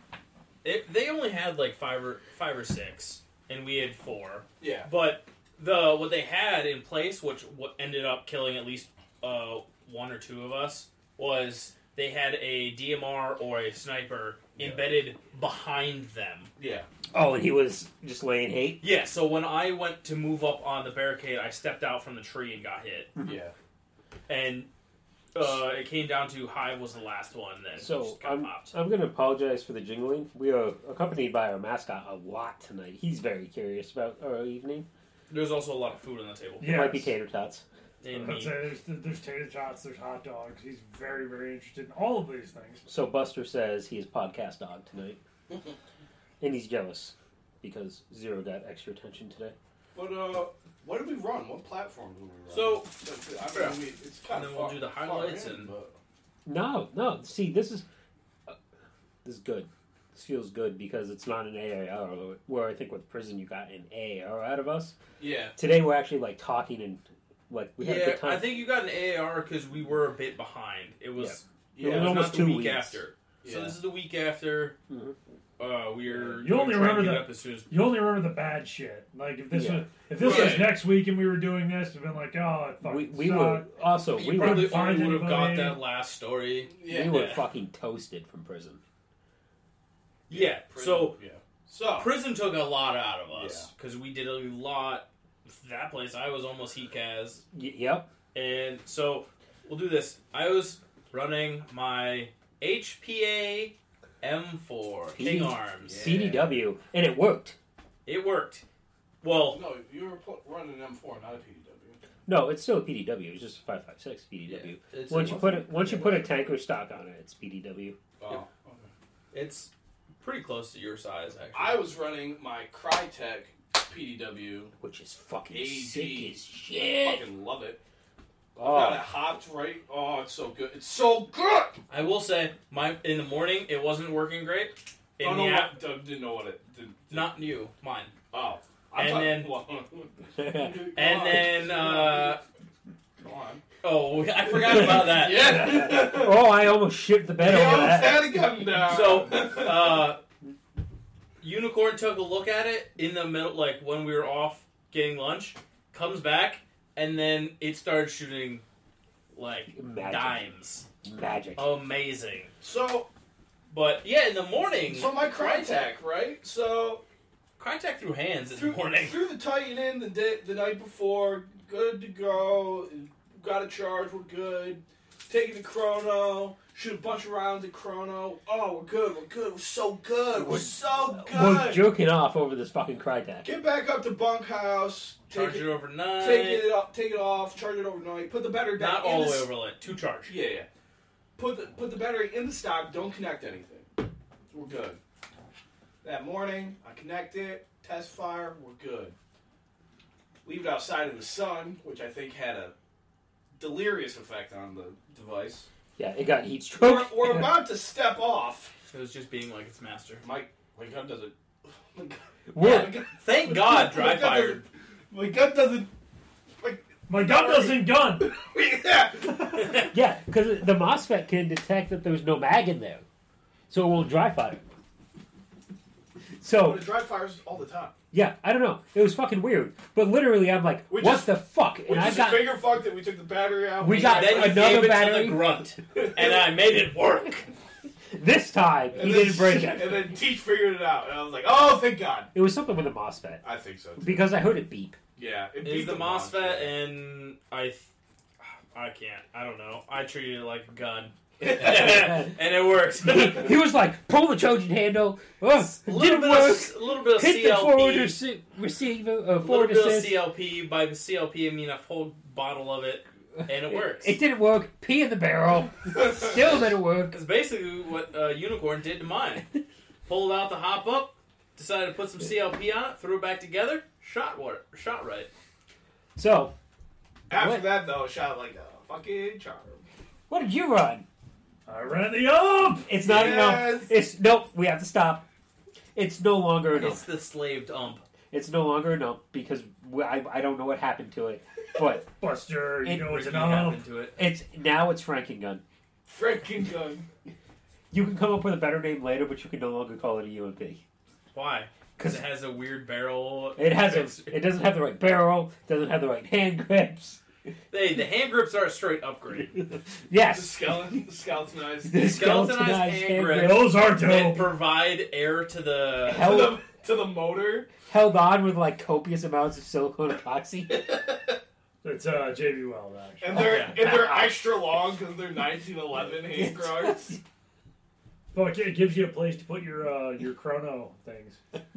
it, they only had like five or five or six, and we had four.
Yeah.
But the what they had in place, which what ended up killing at least uh, one or two of us, was they had a DMR or a sniper embedded behind them.
Yeah.
[laughs] Oh, and he was just laying hate.
Yeah. So when I went to move up on the barricade, I stepped out from the tree and got hit,
Yeah.
and uh, it came down to Hive was the last one. Then
So
just got
I'm,
popped.
I'm going to apologize for the jingling. We are accompanied by our mascot a lot tonight. He's very curious about our evening.
There's also a lot of food on the table.
It
Yeah,
[coughs] might be tater tots.
And
I'd
meat.
say there's, there's tater tots, there's hot dogs. He's very, very interested in all of these things.
So Buster says he is podcast dog tonight, and he's jealous because Zero got extra attention today.
But uh, what did we run? What platform did we run?
So-
I mean, we, it's kind
And then
of
we'll do the highlights and-
But,
No, no. See, this is uh, this is good. This feels good because it's not an AAR where I think with prison you got an AAR out of us.
yeah.
Today we're actually like talking and like we had a
Yeah,
good time.
I think you got an AAR because we were a bit behind. It was
Yeah.
it was
It was
not
almost
the
two
week
weeks.
after. So
Yeah.
this is the week after.
Mhm.
Uh, we're
You only
we're trying
remember
to get
the-
up as soon as
You only remember the bad shit. Like if this
Yeah.
was if this was
Right.
next week and we were doing this, it'd been like, oh, it fucking
we we
sucked.
were also
you
we were
probably
find
only would have got
anybody.
that last story.
Yeah.
we were
Yeah.
fucking toasted from prison.
Yeah. So
yeah. So
prison took a lot out of us because we did a lot. That place I was almost heat as
Y- yep.
And so we'll do this. I was running my HPA M4
P-
King Arms.
Yeah.
CDW and it worked.
It worked. Well,
no, you were pl- running an M4, not a PDW.
No, it's still a PDW. It's just a five five six PDW.
it's,
Once you put it, once you put a tanker stock on it, it's PDW.
Oh.
it's pretty close to your size, actually.
I was running my Crytek PDW.
which is fucking
AG.
sick as shit.
Fucking love it. Got it
Oh,
hopped right. Oh, it's so good. It's so good.
I will say, my in the morning it wasn't working great. In the
oh no,
af-
what- Doug didn't know what it. Did, did,
not you, mine.
Oh. I'm [laughs]
And [laughs]
talking-
yeah,
Come
And
on.
then, uh,
Come on.
oh, [laughs] I forgot about that. [laughs]
[laughs] Yeah.
oh, I almost shipped the bed
He
over
almost
that.
had to come down. [laughs]
So, uh, Unicorn took a look at it in the middle, like when we were off getting lunch, comes back, and then it started shooting like
Magic.
dimes.
Magic.
Oh,
Amazing.
so,
But yeah, in the morning,
so my Crytek, right? So
Crytek threw hands in
threw,
the morning.
threw the Titan in the day, the night before. Good to go. Got a charge. We're good. Taking the chrono. Shoot a bunch of rounds at chrono. Oh, we're good. We're good. We're so good. We're so
We're
good.
jerking off over this fucking Crytek.
Get back up to bunkhouse. Take
Charge it
it,
overnight.
take it off. Take it off. Charge it overnight. Put the battery back.
Not
in
all the
the
way
s-
overnight. Two charge.
Yeah, yeah. Put the put the battery in the stock. Don't connect anything. We're good. That morning, I connect it. Test fire. We're good. Leave it outside in the sun, which I think had a delirious effect on the device.
Yeah, it got heat
We're,
stroke.
we're about to step off.
It was just being like its master.
My my gun doesn't. [laughs] My gun,
We're-
my gun,
Thank God,
my
dry
gun
fired.
doesn't- My gun doesn't. [laughs]
My gun doesn't gun.
yeah.
yeah, because the MOSFET can detect that there's no mag in there, so it won't dry fire.
But
So
it dry fires all the time.
yeah, I don't know. It was fucking weird, but literally, I'm like,
We
what
just-
the fuck?
We
And I
just
got
finger fucked it. We took the battery out.
We got
Then you
Another
[laughs]
gave it
battery?
to the grunt, and I made it work.
this time.
And
He
then-
didn't break it.
[laughs] And then Teach figured it out, and I was like, "Oh, thank God!"
It was something with a MOSFET
I think so. Too.
because I heard it
[laughs]
beep.
yeah, it
Is
beat
the
monster.
MOSFET
[laughs]
and I, th- I can't. I don't know. I treated it like a gun, and it
[laughs]
works.
he,
A
he was like, pull the Trojan handle. Ugh,
little
didn't
bit
work.
of a little bit of
Hit the forward
CLP.
rece- receiver, uh,
A little
forward
bit of
assist.
CLP. By CLP, I mean a whole bottle of it, and it works.
It didn't work. Pee in the barrel. Still didn't work.
Because basically, what uh, Unicorn did to mine. pulled out the hop up, decided to put some CLP on it, threw it back together, shot water, shot right.
So,
[laughs] After
What?
that, though, shot like a fucking charm.
What did you run?
I ran the up.
It's not
Yes.
enough. It's nope. We have to stop. It's no longer enough.
It's the slaved ump.
It's no longer enough because we, I, I don't know what happened to it, but
Buster, you
It
know it's
Ricky
an up.
happened to it.
it's now it's Franken gun.
Freaking
[laughs]
gun.
You can come up with a better name later, but you can no longer call it a UMP.
Why? Because it has a weird barrel.
It has a, [laughs] it doesn't have the right barrel, doesn't have the right hand grips.
They, the hand grips are a straight
[laughs]
upgrade.
[laughs] The
Yes,
skeleton, [laughs] skeletonized.
The
skeletonized hand grip.
Those are
They
dope.
provide air to the.
[laughs]
to,
held,
the, to the motor.
held on with like copious amounts of silicone epoxy.
It's uh, JB Weld actually.
And they're,
Oh, yeah.
and they're extra long because they're
[laughs]
1911 hand guards.
Fuck, it gives you a place to put your uh, your chrono things.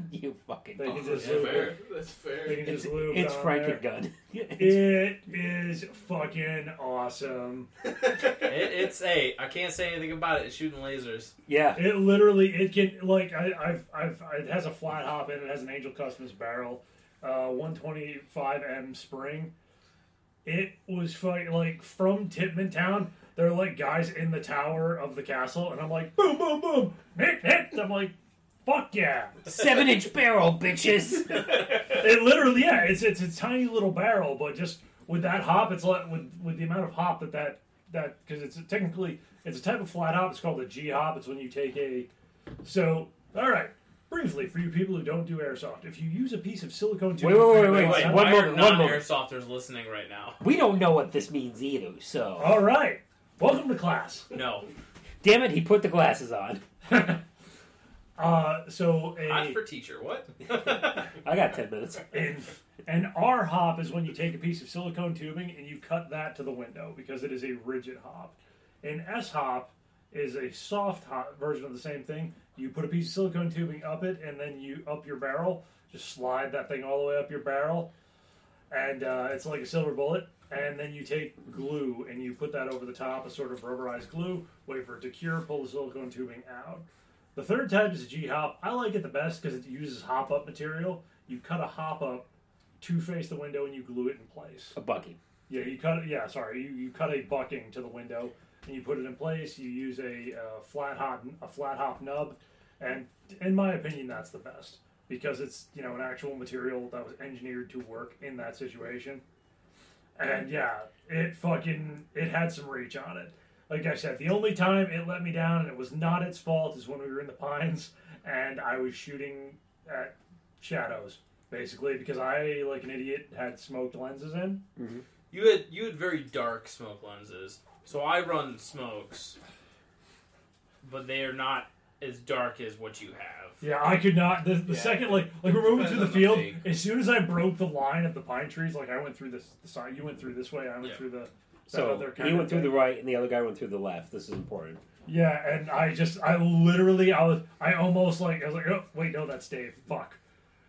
you fucking.
They can
Oh,
just
that's
loop.
fair. That's
They
fair. [laughs]
can
It's,
just loop.
it's
down
Franken
[laughs]
there.
gun.
[laughs]
It's-
It is fucking awesome.
It, it's a. I can't say anything about it. It's shooting lasers.
yeah,
It literally it can like I, I've I've it has a flat hop in it. has an Angel Customs barrel, uh, 125M spring. It was fucking like from Tipman Town. They're like guys in the tower of the castle, and I'm like boom boom boom [laughs] hit hit. I'm like fuck yeah.
seven inch barrel, bitches.
[laughs] It literally yeah. It's it's a tiny little barrel, but just with that hop, it's like with with the amount of hop that that that because it's technically it's a type of flat hop. It's called a G hop. It's when you take a so all right. Briefly, for you people who don't do airsoft, if you use a piece of silicone tube,
Wait, wait, wait,
Wait,
Wait,
why
one
are
moment, one moment.
non-airsofters listening right now? [laughs]
We don't know what this means either, so.
All right, welcome to class.
No,
Damn it, he put the glasses on.
Uh, so
not
a,
for teacher. What? [laughs]
I got 10
[laughs]
minutes.
an, an R hop is when you take a piece of silicone tubing and you cut that to the window because it is a rigid hop. An S hop is a soft hop version of the same thing. You put a piece of silicone tubing up it and then you up your barrel, just slide that thing all the way up your barrel, and uh, it's like a silver bullet. And then you take glue and you put that over the top, a sort of rubberized glue, wait for it to cure, pull the silicone tubing out. The third type is G hop. I like it the best because it uses hop up material. You cut a hop up to face the window and you glue it in place.
A bucky.
Yeah, you cut. Yeah, sorry, you, you cut a bucking to the window and you put it in place. You use a uh, flat hop a flat hop nub, and in my opinion, that's the best because it's you know an actual material that was engineered to work in that situation. And yeah, it fucking it had some reach on it. Like I said, the only time it let me down and it was not its fault is when we were in the pines and I was shooting at shadows basically because I like an idiot had smoked lenses in.
You had you had very dark smoke lenses. So I run smokes, but they are not as dark as what you have.
Yeah, I could not. The, the
Yeah.
second, like, like we're moving
Depends
through the
on the
field.
big.
as soon as I broke the line of the pine trees, like I went through this the side. You went through this way. I went
Yeah.
through the. that
so
other
he
kind
went
of
through
thing.
the right and the other guy went through the left. This is important.
Yeah, and I just, I literally, I was, I almost like, I was like, oh wait, no, that's Dave. Fuck,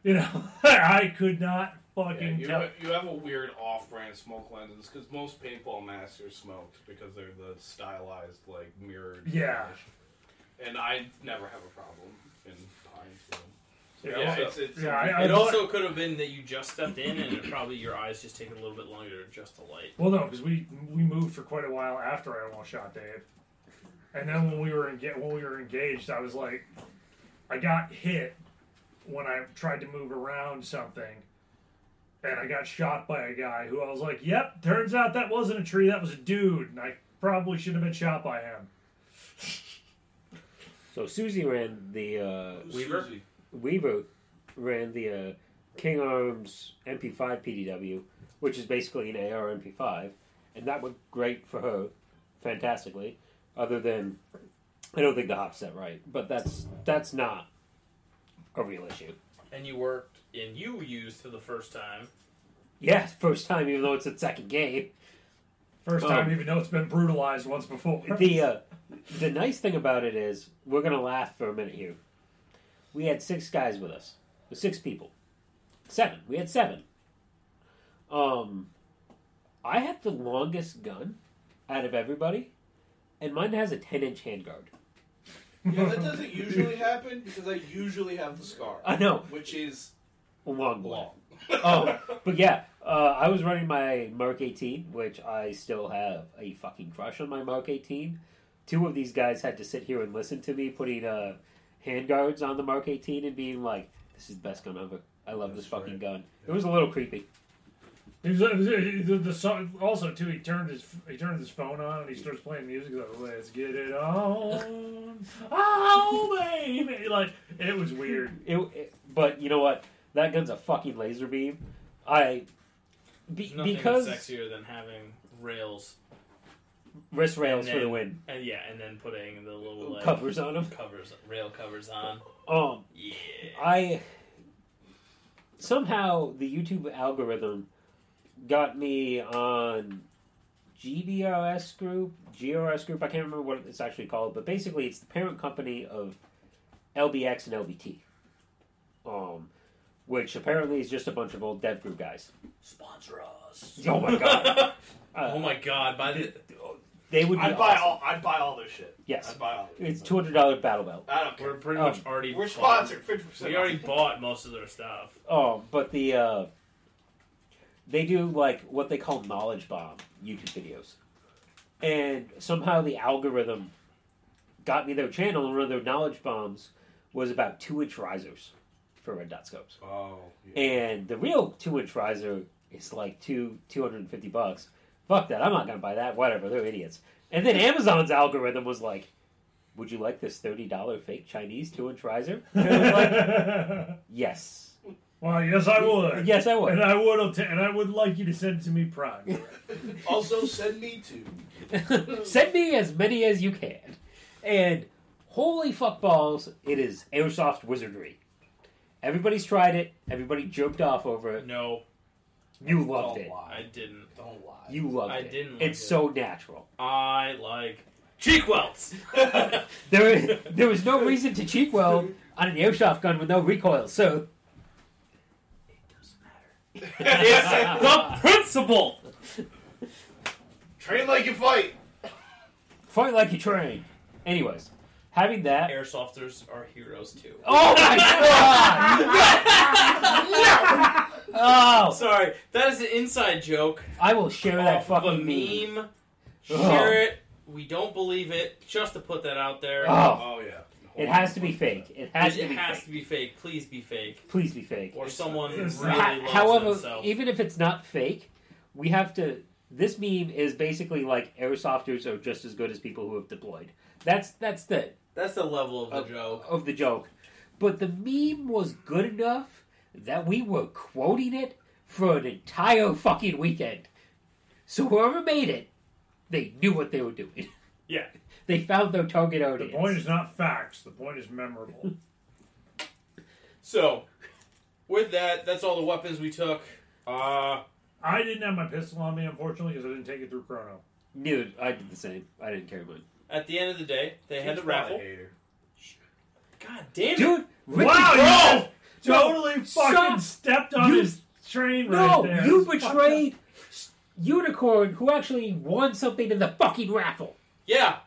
you know, [laughs] I could not
Yeah,
fucking
you,
tell.
have, you have a weird off-brand smoke lenses because most paintball masters smoke because they're the stylized, like mirrored.
Yeah.
finish. And I never have a problem in pine. So. So,
Yeah,
yeah,
so-
it's, it's,
yeah, I-
It
I-
also could have been that you just stepped in, and it probably your eyes just take a little bit longer to adjust the light.
Well, no, because we we moved for quite a while after I almost shot Dave, and then when we were enga- when we were engaged, I was like, I got hit when I tried to move around something, and I got shot by a guy who I was like, "Yep, turns out that wasn't a tree, that was a dude," and I probably should have been shot by him.
So Susie ran the uh,
Weaver?
Susie.
Weaver ran the uh, King Arms MP5 PDW, which is basically an AR MP5, and that went great for her, fantastically. Other than, I don't think the hop set right, but that's that's not a real issue.
And you worked, and you used for the first time.
Yeah, first time, even though it's a second game.
First
Oh.
time, even though it's been brutalized once before.
The uh, the nice thing about it is we're gonna laugh for a minute here. We had six guys with us, six people, seven. We had seven. Um, I had the longest gun out of everybody, and mine has a ten-inch handguard. [laughs]
Yeah, that doesn't usually happen because I usually have the scar,
I know.
which is
Long boy.
long.
Oh, but yeah, uh, I was running my Mark 18, which I still have a fucking crush on my Mark 18. Two of these guys had to sit here and listen to me putting uh, handguards on the Mark 18 and being like, "This is the best gun ever. I love this fucking gun." It was a little creepy.
He was, he was- he- the, the song, also too. He turned his he turned his phone on and he starts playing music. He's like, let's get it on,
[laughs]
oh baby! Like it
[laughs]
was weird.
It, it- but you know what? That gun's a fucking laser beam. I be,
Nothing
because
is sexier than having rails
wrist rails
And
for the
then-
win
and yeah, and then putting the little like,
covers on them.
covers rail covers on.
Um,
Yeah.
I somehow the YouTube algorithm got me on GBRS Group, GRS Group. I can't remember what it's actually called, but basically, it's the parent company of LBX and LBT, um, which apparently is just a bunch of old dev group guys.
Sponsor us.
[laughs] Oh my god! Uh,
[laughs] oh my god! By the
They would be
[laughs] I'd buy
awesome.
all. I'd buy all this shit.
Yes.
I'd buy all. This.
It's two hundred dollar battle belt.
I don't
we're
care.
pretty
Um,
much already
We're
bought-
sponsored fifty percent.
We already bought most of their stuff.
Oh, but the uh, they do like what they call knowledge bomb YouTube videos, and somehow the algorithm got me their channel, and one of their knowledge bombs was about two inch risers for red dot scopes,
Oh. Yeah.
and the real two inch riser is like two two hundred and fifty bucks. Fuck that! I'm not gonna buy that. Whatever, they're idiots. And then Amazon's algorithm was like, "Would you like this thirty dollar fake Chinese two inch riser?" And I was like, [laughs] "Yes."
well, yes, I would.
Yes, I would.
and I would. obta- And I would like you to send it to
[laughs]
me prime.
Also, send me [laughs]
[laughs]
to.
Send me as many as you can. And holy fuck balls, it is airsoft wizardry. Everybody's tried it. Everybody joked off over it.
No,
You loved it.
I didn't.
Don't lie.
You loved
I
it.
didn't like
it's
it.
so natural.
I like cheek
[laughs]
welts.
There is there was no reason to cheat weld on an airsoft gun with no recoil. So
it's the principle.
Train like you fight.
fight like you train. Anyways, having that.
Airsofters are heroes too.
Oh
[laughs]
my god! [laughs] Oh,
Sorry, that is an inside joke.
I will share that
off of a
fucking meme.
meme.
Ugh.
Share it. We don't believe it. Just to put that out there.
Oh,
Oh yeah.
It has to be fake. It
it
has to be
has
fake.
to be fake. Please be fake.
Please be fake.
Or someone who
It's
really
not-
loves
However,
themselves.
even if it's not fake, we have to. This meme is basically like airsofters are just as good as people who have deployed. That's that's the
That's the level of the
of,
joke.
of the joke. But the meme was good enough that we were quoting it for an entire fucking weekend. So whoever made it, they knew what they were doing.
Yeah.
[laughs] they found their target
The
audience.
point is not facts. The point is memorable.
[laughs]
So, with that, that's all the weapons we took. Uh,
I didn't have my pistol on me, unfortunately, because I didn't take it through chrono.
Dude, I did the same. I didn't carry mine.
at the end of the day, they had the
She's probably
raffle.
a hater.
God damn it.
Dude, Ricky
wow, you
Bro-
just totally fucking
stop.
stepped on
You-
his train right
No,
there.
you
Fuck that.
betrayed S- Unicorn, who actually won something in the fucking raffle.
Yeah.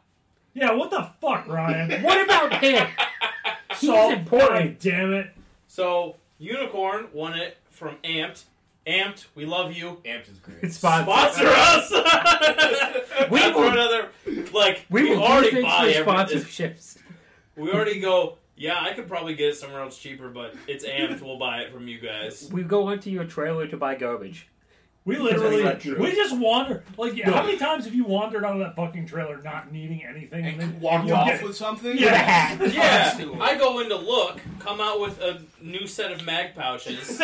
Yeah, what the fuck, Ryan?
What about
[laughs]
him? [laughs] He's
Salt,
important.
God damn it.
So, Unicorn won it from Amped. Amped, we love you.
Amped is
[laughs]
great.
Sponsor us!
We
That's
will-
another, like,
We,
we,
will
already
do
buy
things for
everything.
sponsorships.
We already go, yeah, I could probably get it somewhere else cheaper, but it's Amped, we'll buy it from you guys.
We go onto your trailer to buy garbage.
We
not
literally,
true.
we just wander. Like,
No.
how many times have you wandered out of that fucking trailer not needing anything?
[laughs] And
then-
could walk
you'll
off
get-
with something.
Yeah.
[laughs]
[laughs]
hat.
Yeah,
Constantly.
I go in to look, come out with a new set of mag pouches.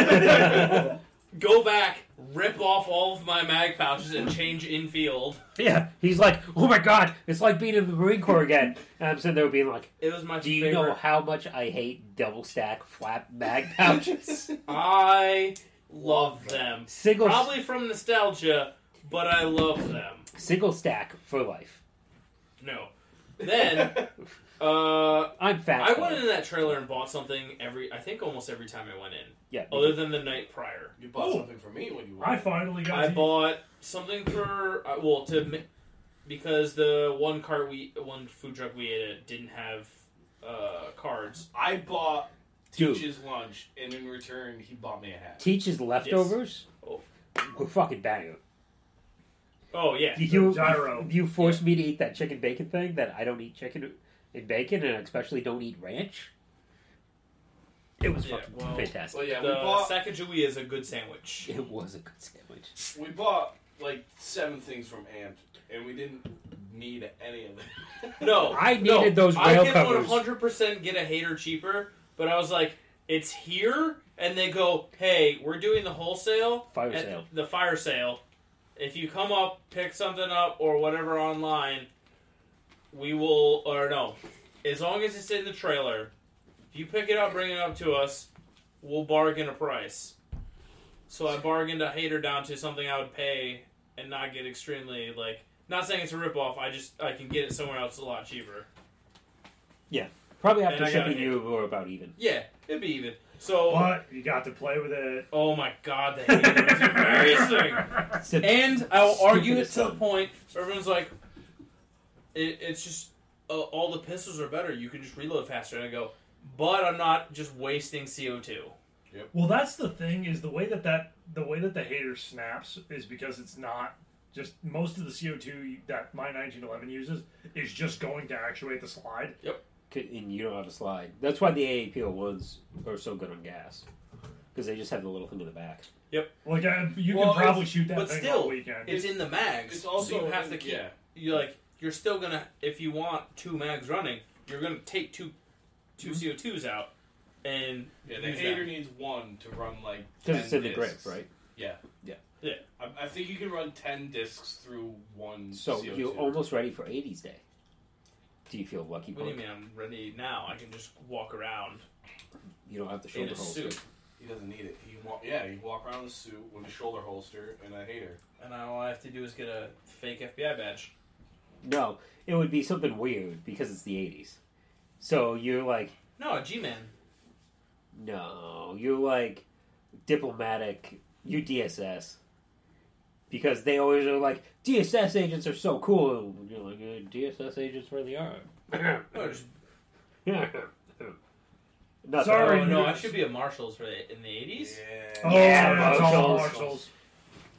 go back, rip off all of my mag pouches, and change in field.
Yeah, he's like, oh my god, it's like being in the Marine Corps again. And I'm sitting there being like,
It was my
do you
favorite.
know how much I hate double stack flap mag [laughs] pouches?
I love them.
single
Probably from nostalgia, but I love them.
single stack for life.
No. Then, uh,
I'm fat.
I
though.
went in that trailer and bought something every, I think almost every time I went in,
Yeah,
other than the night prior.
You bought
Oh.
something for me when you.
I finally got
I
to-
bought something for uh, well to mi- because the one cart we one food truck we ate at uh, didn't have uh, cards.
I bought
Dude.
Teach's lunch, and in return, he bought me a hat.
Teach's leftovers
Oh.
were fucking banger.
Oh yeah,
You,
gyro.
you forced me to eat that chicken bacon thing that I don't eat chicken and bacon, and I especially don't eat ranch. It was
Yeah,
fucking
well,
fantastic.
Well, yeah, we
the
bought
Sacagawea is a good sandwich.
It was a good sandwich.
we bought like seven things from Amped, and we didn't need any of them.
No,
I
no,
needed those
I
rail
can
covers.
100% get a hater cheaper, but I was like, it's here, and they go, hey, we're doing the wholesale
Fire
at
sale.
the fire sale. If you come up, pick something up or whatever online, we will or no, as long as it's in the trailer. If you pick it up, bring it up to us. We'll bargain a price. So I bargained a hater down to something I would pay and not get extremely like. Not saying it's a ripoff. I just I can get it somewhere else a lot cheaper.
Probably
And
after
I got
shipping
an
you were about even.
[laughs] Yeah, it'd be even. So
But you got to play with it.
oh my god, the hater is embarrassing.
Sit-
And I'll argue it
Stupidest
to the
son.
point. where Everyone's like, it, it's just uh, all the pistols are better. You can just reload faster. And I go, but I'm not just wasting CO two.
Well, that's the thing is the way that that the way that the hater snaps is because it's not just most of the CO two that my 1911 uses is just going to actuate the slide.
c- and you don't have a slide. That's why the AAPL ones are so good on gas because they just have the little thing in the back.
Like I, you
Well,
can probably
it's-
shoot that
but
thing
still,
all weekend.
It's in the mags.
[laughs] It's also
so you have to keep.
yeah.
You like you're still gonna if you want two mags running, you're gonna take two two CO twos out and
Yeah, the
use
hater
them.
needs one to run like
Because it's
10
in the grip,
discs.
right?
I, I think you can run ten discs through one.
So
CO2.
you're almost ready for 80s day. Do you feel lucky,
What do you mean?
Brooke?
I'm ready now. I can just walk around
You don't have the
in
shoulder
a
holster.
suit,
He doesn't need it. He walk, yeah, he walk around in a suit with a shoulder holster and a hater.
and all I have to do is get a fake FBI badge.
No, it would be something weird because it's the 80s. So you're like,
No, a G-man.
no, you're like diplomatic, you DSS. Because they always are like, DSS agents are so cool. And you're like, "Uh, DSS agents really [coughs] are.
No, just,
Not
Sorry.
oh, no, I should be a marshals for the, in the eighties.
Yeah.
oh,
yeah,
that's
Marshalls.
all Marshalls.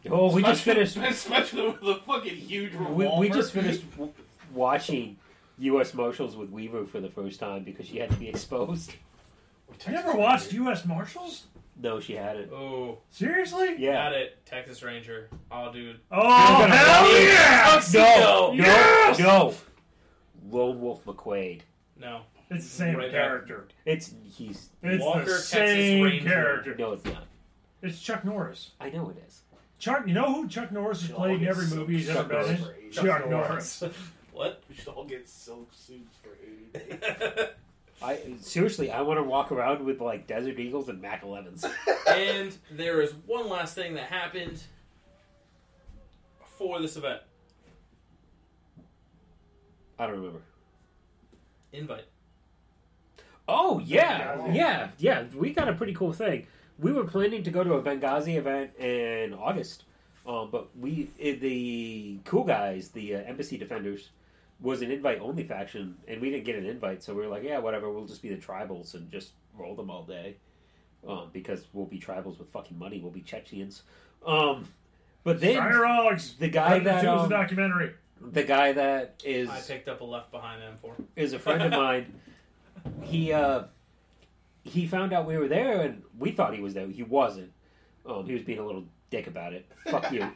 Oh, we just finished.
[laughs] especially with the fucking huge
We,
revolver.
we just
[laughs]
finished w- watching U.S. Marshals with Weaver for the first time because she had to be exposed. [laughs]
You never watched U.S. Marshals?
No, she hadn't.
Oh,
Seriously?
Yeah.
got it, Texas Ranger. I'll do
Oh
You're gonna
hell
love it.
yeah!
No, no,
Yes!
no. Lone Wolf McQuaid.
no.
It's the same
Right back.
character.
It's he's
It's
Walker,
the
Texas
same
Ranger.
character.
no, it's not.
It's Chuck Norris.
I know it is.
Chuck, you know who Chuck Norris has
Chuck
played in every
Norris.
movie he's ever
Chuck
been
Norris.
in?
Chuck
Chuck
Norris.
Norris.
[laughs]
[laughs]
What?
We should all get silk suits for eighty days.
I seriously, I want to walk around with like Desert Eagles and Mac 11s.
and there is one last thing that happened for this event
I don't remember.
invite.
Oh yeah,
Benghazi.
yeah, yeah. We got a pretty cool thing. We were planning to go to a Benghazi event in August, um, but we eh, the cool guys, the uh, embassy defenders, was an invite only faction, and we didn't get an invite. So we were like, yeah, whatever. We'll just be the tribals and just roll them all day, um, because we'll be tribals with fucking money. We'll be Chechens. Um, but then
Firelogs.
the guy that
Two was a
um,
documentary. [laughs]
the guy that is
I picked up a left behind M4.
is a friend of mine. He uh, he found out we were there, and we thought he was there. He wasn't. Um, he was being a little dick about it. Fuck you.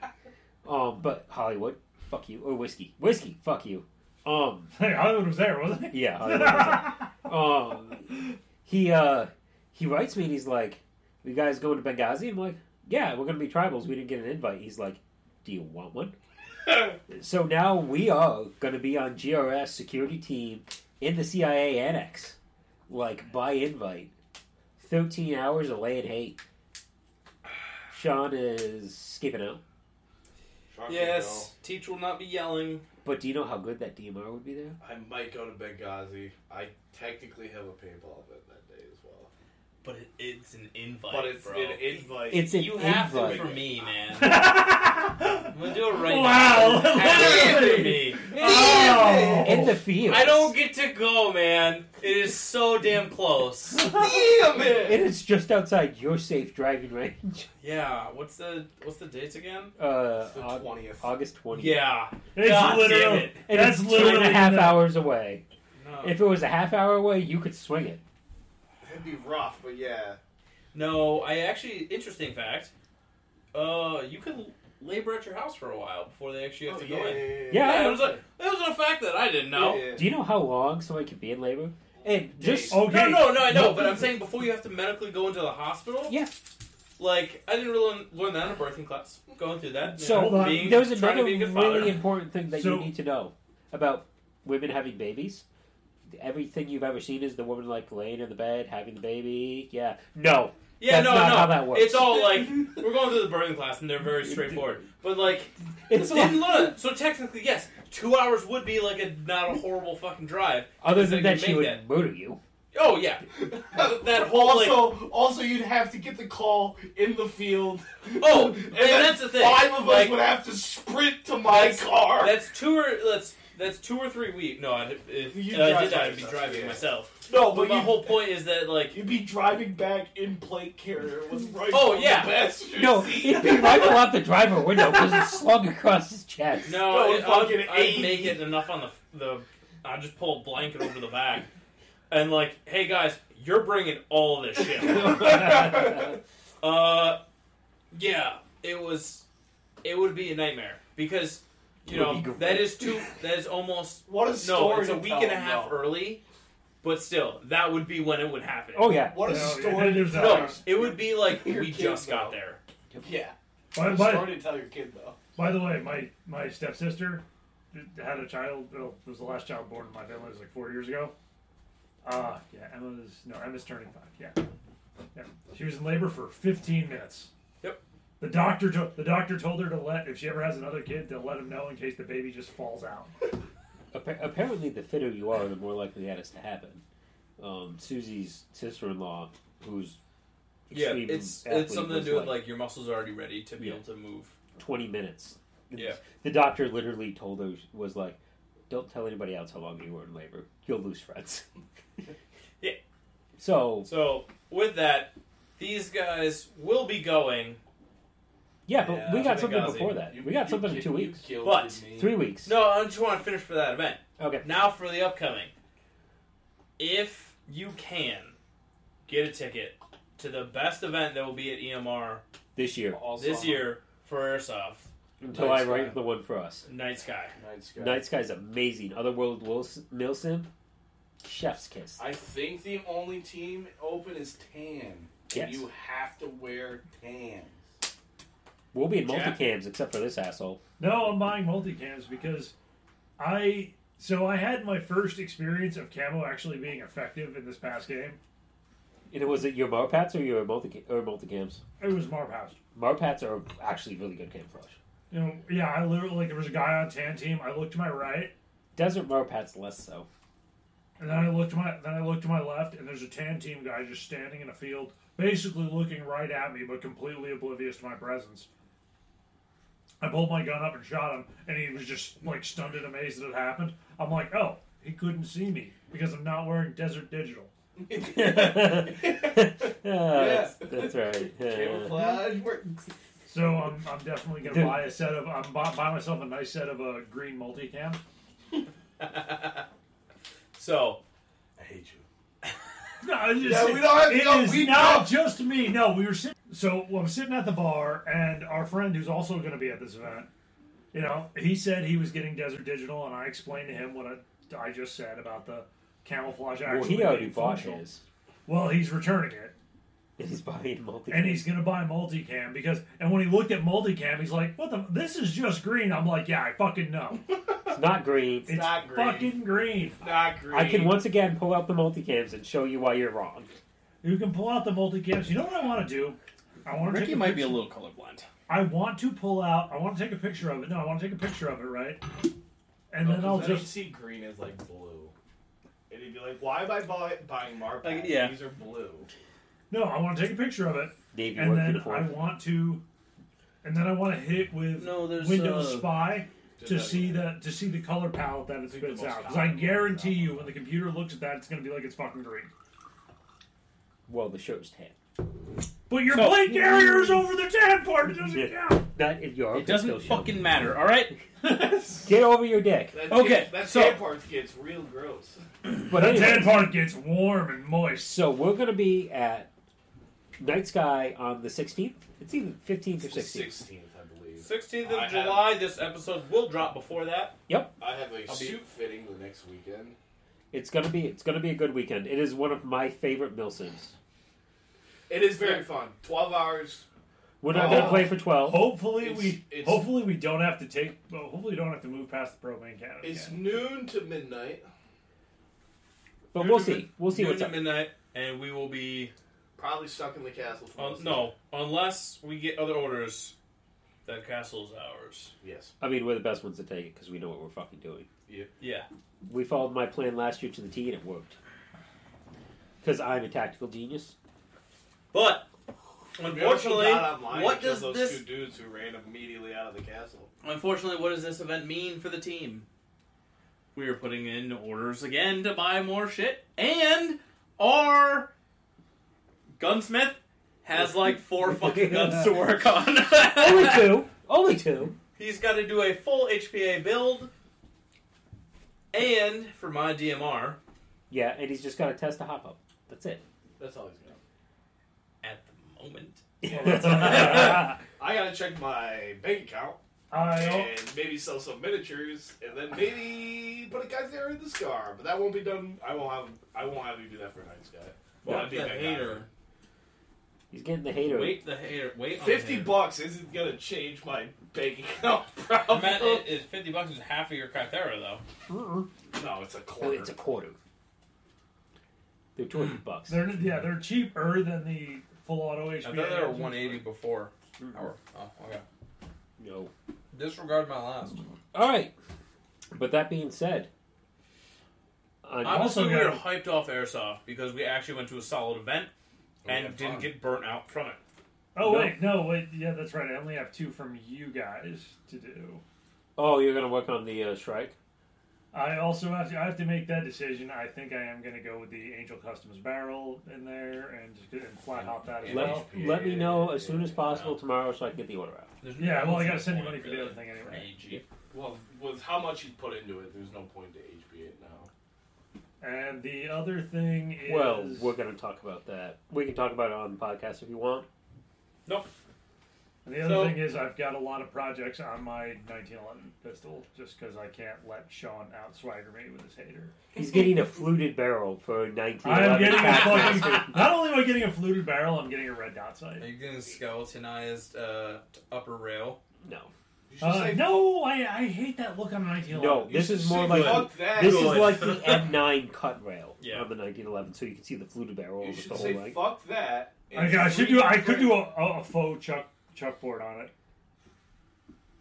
Um, but Hollywood, fuck you, or whiskey, whiskey, fuck you. Um,
Hey, Hollywood was there, wasn't it? [laughs]
yeah, Hollywood. was there. Um, he uh, he writes me and he's like, "You guys going to Benghazi?" I'm like, "Yeah, we're gonna be tribals. We didn't get an invite." He's like, "Do you want one?" so now we are gonna be on GRS security team in the CIA annex, like by invite. Thirteen hours of laying hate. Sean is skipping out,
Shocker,
Yes, Teach will not be yelling.
but do you know how good that DMR would be there?
no. I might go to Benghazi. I technically have a paintball event that day as well,
But it, it's an invite,
but it's
bro.
an invite.
It's an
you have
[laughs]
invite.
to for me, man. I'm gonna do it right
Wow,
now.
literally.
Me.
[laughs] Oh.
in the field.
I don't get to go, man. It is so damn close.
[laughs]
Damn it!
It is just outside your safe driving range.
Yeah. What's the What's the dates again?
Uh,
It's the
Aug-
20th.
August 20th.
Yeah.
It's
God
literal-
damn it.
It
That's
is two and
literally
a half
the-
hours away.
No.
If it was a half hour away, you could swing it.
That'd be rough, but yeah.
no, I actually interesting fact. Uh, you can labor at your house for a while before they actually have
Oh,
to go in.
Yeah,
it was a it was a fact that I didn't know.
Yeah.
Do you know how long someone could be in labor? And just
No,
Okay.
no, no, I know, but I'm saying before you have to medically go into the hospital.
Yeah.
Like I didn't really learn that in a birthing class. Going through that. you
So, uh,
know,
hold on.
being,
there's
trying
another
to be a
really
good father.
important thing that
uh, So-
you need to know about women having babies. Everything you've ever seen is the woman like laying in the bed having the baby. Yeah, no,
yeah,
that's
no,
not
no.
how that works.
It's
Oh,
all like
[laughs]
we're going through the birthing class, and they're very straightforward. But like, [laughs]
it's
didn't
like,
learn. So technically, yes, two hours would be like a not a horrible fucking drive.
other
It's
than
like you
that she
make
would
that.
murder you.
Oh yeah, [laughs] that whole like
also, also, you'd have to get the call in the field.
Oh,
[laughs] and,
and
then
that's the thing.
Five of
Like-
us would have to sprint to my
That's-
car.
That's two or that's that's two or three weeks. No, I, if
You
uh, I
drive
did that,
by
I'd be
yourself,
driving
yeah.
myself.
no,
But,
but
my
you,
whole point is that
[laughs]
like
you'd be driving back in plate carrier
[laughs]
with right.
Oh,
on
yeah.
the passenger
No, [laughs]
seat.
it'd be rifle out the driver window because it's slung across his chest.
no,
No,
it, I'd,
fucking
I'd
eighty.
make it enough on the the. I'd just pull a blanket over the back, and like, hey guys, you're bringing all
[laughs]
this shit. uh, yeah, it was, it would be a nightmare because you
It would
know
be great.
that is two. That is almost
what a
No,
story!
it's a
to
week
tell,
and a half
though.
early, but still, that would be when it would happen.
Oh yeah,
What a
No,
story!
it
to
is
tell.
No, it would be like
Your
we
kid,
just got
though.
there.
Yeah,
By,
what a
by,
story to tell your kid though.
by the way, my my stepsister had a child. Well, it was the last child born in my family. It was like four years ago. Uh yeah, Emma's no, Emma's turning five. Yeah, yeah. She was in labor for 15 minutes.
Yep.
The doctor to, the doctor told her to let if she ever has another kid to let him know in case the baby just falls out.
Appa- apparently the fitter you are, the more likely that is to happen. Um, Susie's sister-in-law, who's extreme
it's
athlete,
it's something to
was
do with like your muscles are already ready to be
Yeah.
able to move.
20 minutes.
Yeah.
The doctor literally told her, was like, don't tell anybody else how long you were in labor. You'll lose friends.
[laughs] Yeah.
So,
So with that, these guys will be going.
yeah, but we
Yeah,
got
Benghazi.
something before that.
You-
we got
you
something in
ki-
two
you
weeks.
killed
But-
me.
Three weeks.
No, I just want to finish for that event.
Okay.
Now for the upcoming. If you can get a ticket to the best event that will be at EMR
This year.
Also,
this year for Airsoft Oh,
Until
Night
I write
Sky.
the one for us.
Night Sky.
Night Sky.
Night Sky's amazing. Otherworld Wilson, Milsim, chef's kiss.
I think the only team open is tan.
Yes.
You have to wear tan.
We'll be in
Jack?
multicams except for this asshole.
No, I'm buying multicams because I so I had my first experience of camo actually being effective in this past game.
And it was it your Marpats or your multi or multicams?
It was Marv House.
Marpats are actually really good camouflage.
You know, yeah, I literally like there was a guy on tan team. I looked to my right,
Desert Marpats less
[laughs]
so. [laughs]
and then I looked to my then I looked to my left, and there's a tan team guy just standing in a field, basically looking right at me, but completely oblivious to my presence. I pulled my gun up and shot him, and he was just like stunned and amazed that it happened. I'm like, oh, he couldn't see me because I'm not wearing Desert Digital.
Oh, Ah, that's, that's right. Uh,
Camouflage works.
So I'm, I'm definitely gonna
Dude.
buy a set of I'm buy, buy myself a nice set of a green multicam.
So
I hate you.
No, I just,
Yeah, we don't have to
it
go-
is
we
not
don't-
just me. No, we were sitting. So well, I'm sitting at the bar, and our friend who's also going to be at this event, you know, he said he was getting Desert Digital, and I explained to him what I, I just said about the camouflage.
well,
actually
he already
being
bought
functional.
his.
Well, he's returning it,
And he's buying multicams.
and he's going to buy multicam because. And when he looked at multicam, he's like, "What the? This is just green." I'm like, "Yeah, I fucking
[laughs]
know.
It's not green.
It's
not green.
fucking green."
Not green.
I can once again pull out the multicams and show you why you're wrong.
You can pull out the multicams. You know what I want to do? I want to
Ricky
take a
might be a
picture-
little colorblind.
I want to pull out. I want to take a picture of it. No, I want to take a picture of it, right? And
Oh,
then I'll
just
just.
see green as like blue. And he'd be like, why am I buy, buying Marpats?
Like, yeah.
These are blue.
No, I want to take a picture of it,
Navy
and
work
then I
uniform.
want to and then I want to hit with
No, there's,
Windows
uh,
Spy to
that
see the to see the color palette that it
think the
spits
most
out. Because I
common one is
guarantee
that
you,
one.
when the computer looks at that, it's going to be like it's fucking green.
Well, the show's tan.
But your
So-
blank area is over the tan part. It doesn't
Yeah.
count.
That is your
It doesn't fucking matter, alright?
get over your dick.
That
Okay,
Gets, that
so-
tan part gets real gross.
But
The tan
anyway,
part gets warm and moist.
so we're gonna be at Night Sky on the 16th. It's either 15th or 16th.
Sixteenth, I believe.
16th
I
of
have-
July, this episode will drop before that.
I have a
I'll be-
suit fitting the next weekend.
It's gonna be it's gonna be a good weekend. It is one of my favorite Milsims.
It is very fun. Twelve hours.
We're not gonna
Oh.
play for 12.
Hopefully
It's-
we
it's-
hopefully we don't have to take. Well, hopefully we don't have to move past the propane cannon.
It's
again.
noon to midnight.
But
Noon
we'll
to
see.
mid-
We'll see
noon
what's
to
up.
midnight, and we will be
Probably stuck in the castle. For
un-
most of
Oh, no, unless we get other orders. That castle's ours.
it. Yes.
I mean, we're the best ones to take it because we know what we're fucking doing.
Yeah,
We followed my plan last year to the T and it worked. Because I'm a tactical genius.
but
We also
unfortunately,
got online
what
and killed
does
those
this-
two dudes who ran immediately out of the castle?
Unfortunately, what does this event mean for the team?
we are putting in orders again to buy more shit, and our gunsmith has like four fucking guns to work on.
Only two. Only two.
He's got to do a full HPA build, and for my DMR
Yeah, and he's just got to test a hop up. That's it.
That's all he's got.
at the moment.
[laughs]
I gotta check my bank account
I
and maybe sell some miniatures, and then maybe put a guy there in the scar. But that won't be done. I won't have. I won't have you do that for Night Sky.
Wait
That'd be
the
that guy.
hater.
[laughs] He's getting the hater.
Wait the hater. Wait. on the
Fifty
hater.
bucks isn't gonna change my bank account [laughs] problem.
Matt, it, it- fifty bucks is half of your Kythera though.
Uh-uh.
no, it's a
Oh,
quarter.
it's a quarter. They're 200 bucks.
they're yeah they're cheaper than the full auto
I
HP.
thought they were one eighty before. Hour. Oh, okay.
No.
Disregard my last.
All right. But that being said, on-
I'm also we
got-
were hyped off airsoft because we actually went to a solid event and
had
didn't
fun.
get burnt out from it.
Oh
No.
wait, no wait, yeah that's right. I only have two from you guys to do.
oh, you're going to work on the uh, Shrike?
I also have to I have to make that decision. I think I am going to go with the Angel Customs barrel in there and just get, and flat hop that as
Let,
well.
let me know as soon as possible tomorrow so I can get the order out.
There's
Yeah, well I got to send you
point,
money for the
really.
other thing anyway.
AG.
Well, with how much you put into it, there's no point to HB it now.
And the other thing is
Well, we're going to talk about that. We can talk about it on the podcast if you want.
And the other
So-
thing is, I've got a lot of projects on my 1911 pistol just because I can't let Sean outswagger me with his hater.
He's getting a fluted barrel for 19
I'm getting
[laughs]
a fucking. Not only am I getting a fluted barrel, I'm getting a red dot
Are
sight.
you getting skeletonized uh, t- upper rail?
No.
You should
Uh,
say,
no, I, I hate that look on the
No,
1911.
you
this
should
is
say,
more like
fuck that.
this is
Good.
like the M9 cut rail
Yeah.
on the 1911, so you can see the fluted barrel
you
with the
should
whole
say
leg.
fuck that. and
I, I should do. I could
freaking-
do a, a faux chuck chuckboard on it.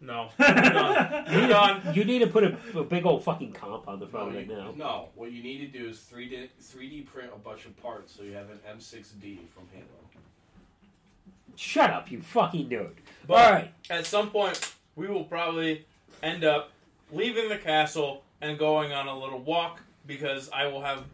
[laughs]
No. Moving on. Moving on.
You need to put a, a big old fucking comp on the
No,
front
you,
right now.
no, what you need to do is 3D, 3D print a bunch of parts so you have an M6D from Halo.
Shut up, you fucking nerd.
But-
All right.
At some point, we will probably end up leaving the castle and going on a little walk because I will have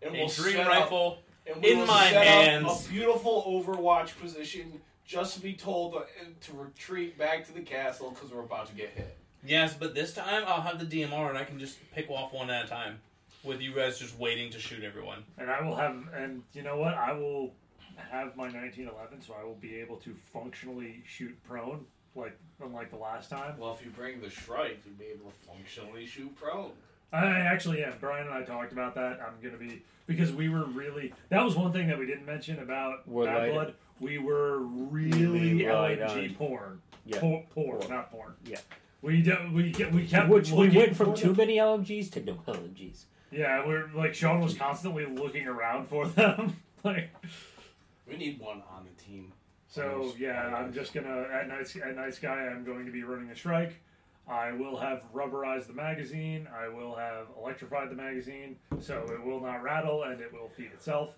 And
a dream
set up-
rifle.
and we
in
will
my
set up
hands.
a beautiful Overwatch position just to be told to, to retreat back to the castle because we're about to get hit.
Yes, but this time I'll have the DMR and I can just pick off one at a time with you guys just waiting to shoot everyone.
And I will have, and you know what? I will have my 1911, so I will be able to functionally shoot prone, like unlike the last time.
Well, if you bring the Shrike, you'll be able to functionally shoot prone.
I actually am. Brian and I talked about that. I'm going to be because we were really. That was one thing that we didn't mention about
We're
Bad
light-
Blood. We were really
Really light
LNG
on-
porn.
Yeah.
Por- porn,
Porn.
not porn.
Yeah.
We do, we ke- we kept
Which we
looking
went from
for
too
them.
many LMGs to no LMGs.
Yeah, we're like Sean was constantly looking around for them. [laughs] like
We need one on the team.
so, yeah. I'm just gonna at night at night sky. I'm going to be running a strike. I will have rubberized the magazine. I will have electrified the magazine, so it will not rattle and it will feed itself.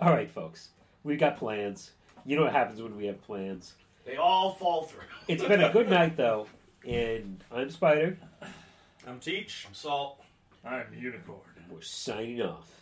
All right, folks. We've got plans. You know what happens when we have plans.
They all fall through.
It's been a good night though, and I'm Spider.
I'm Um, Teach.
Salt.
I'm Unicorn.
We're signing off.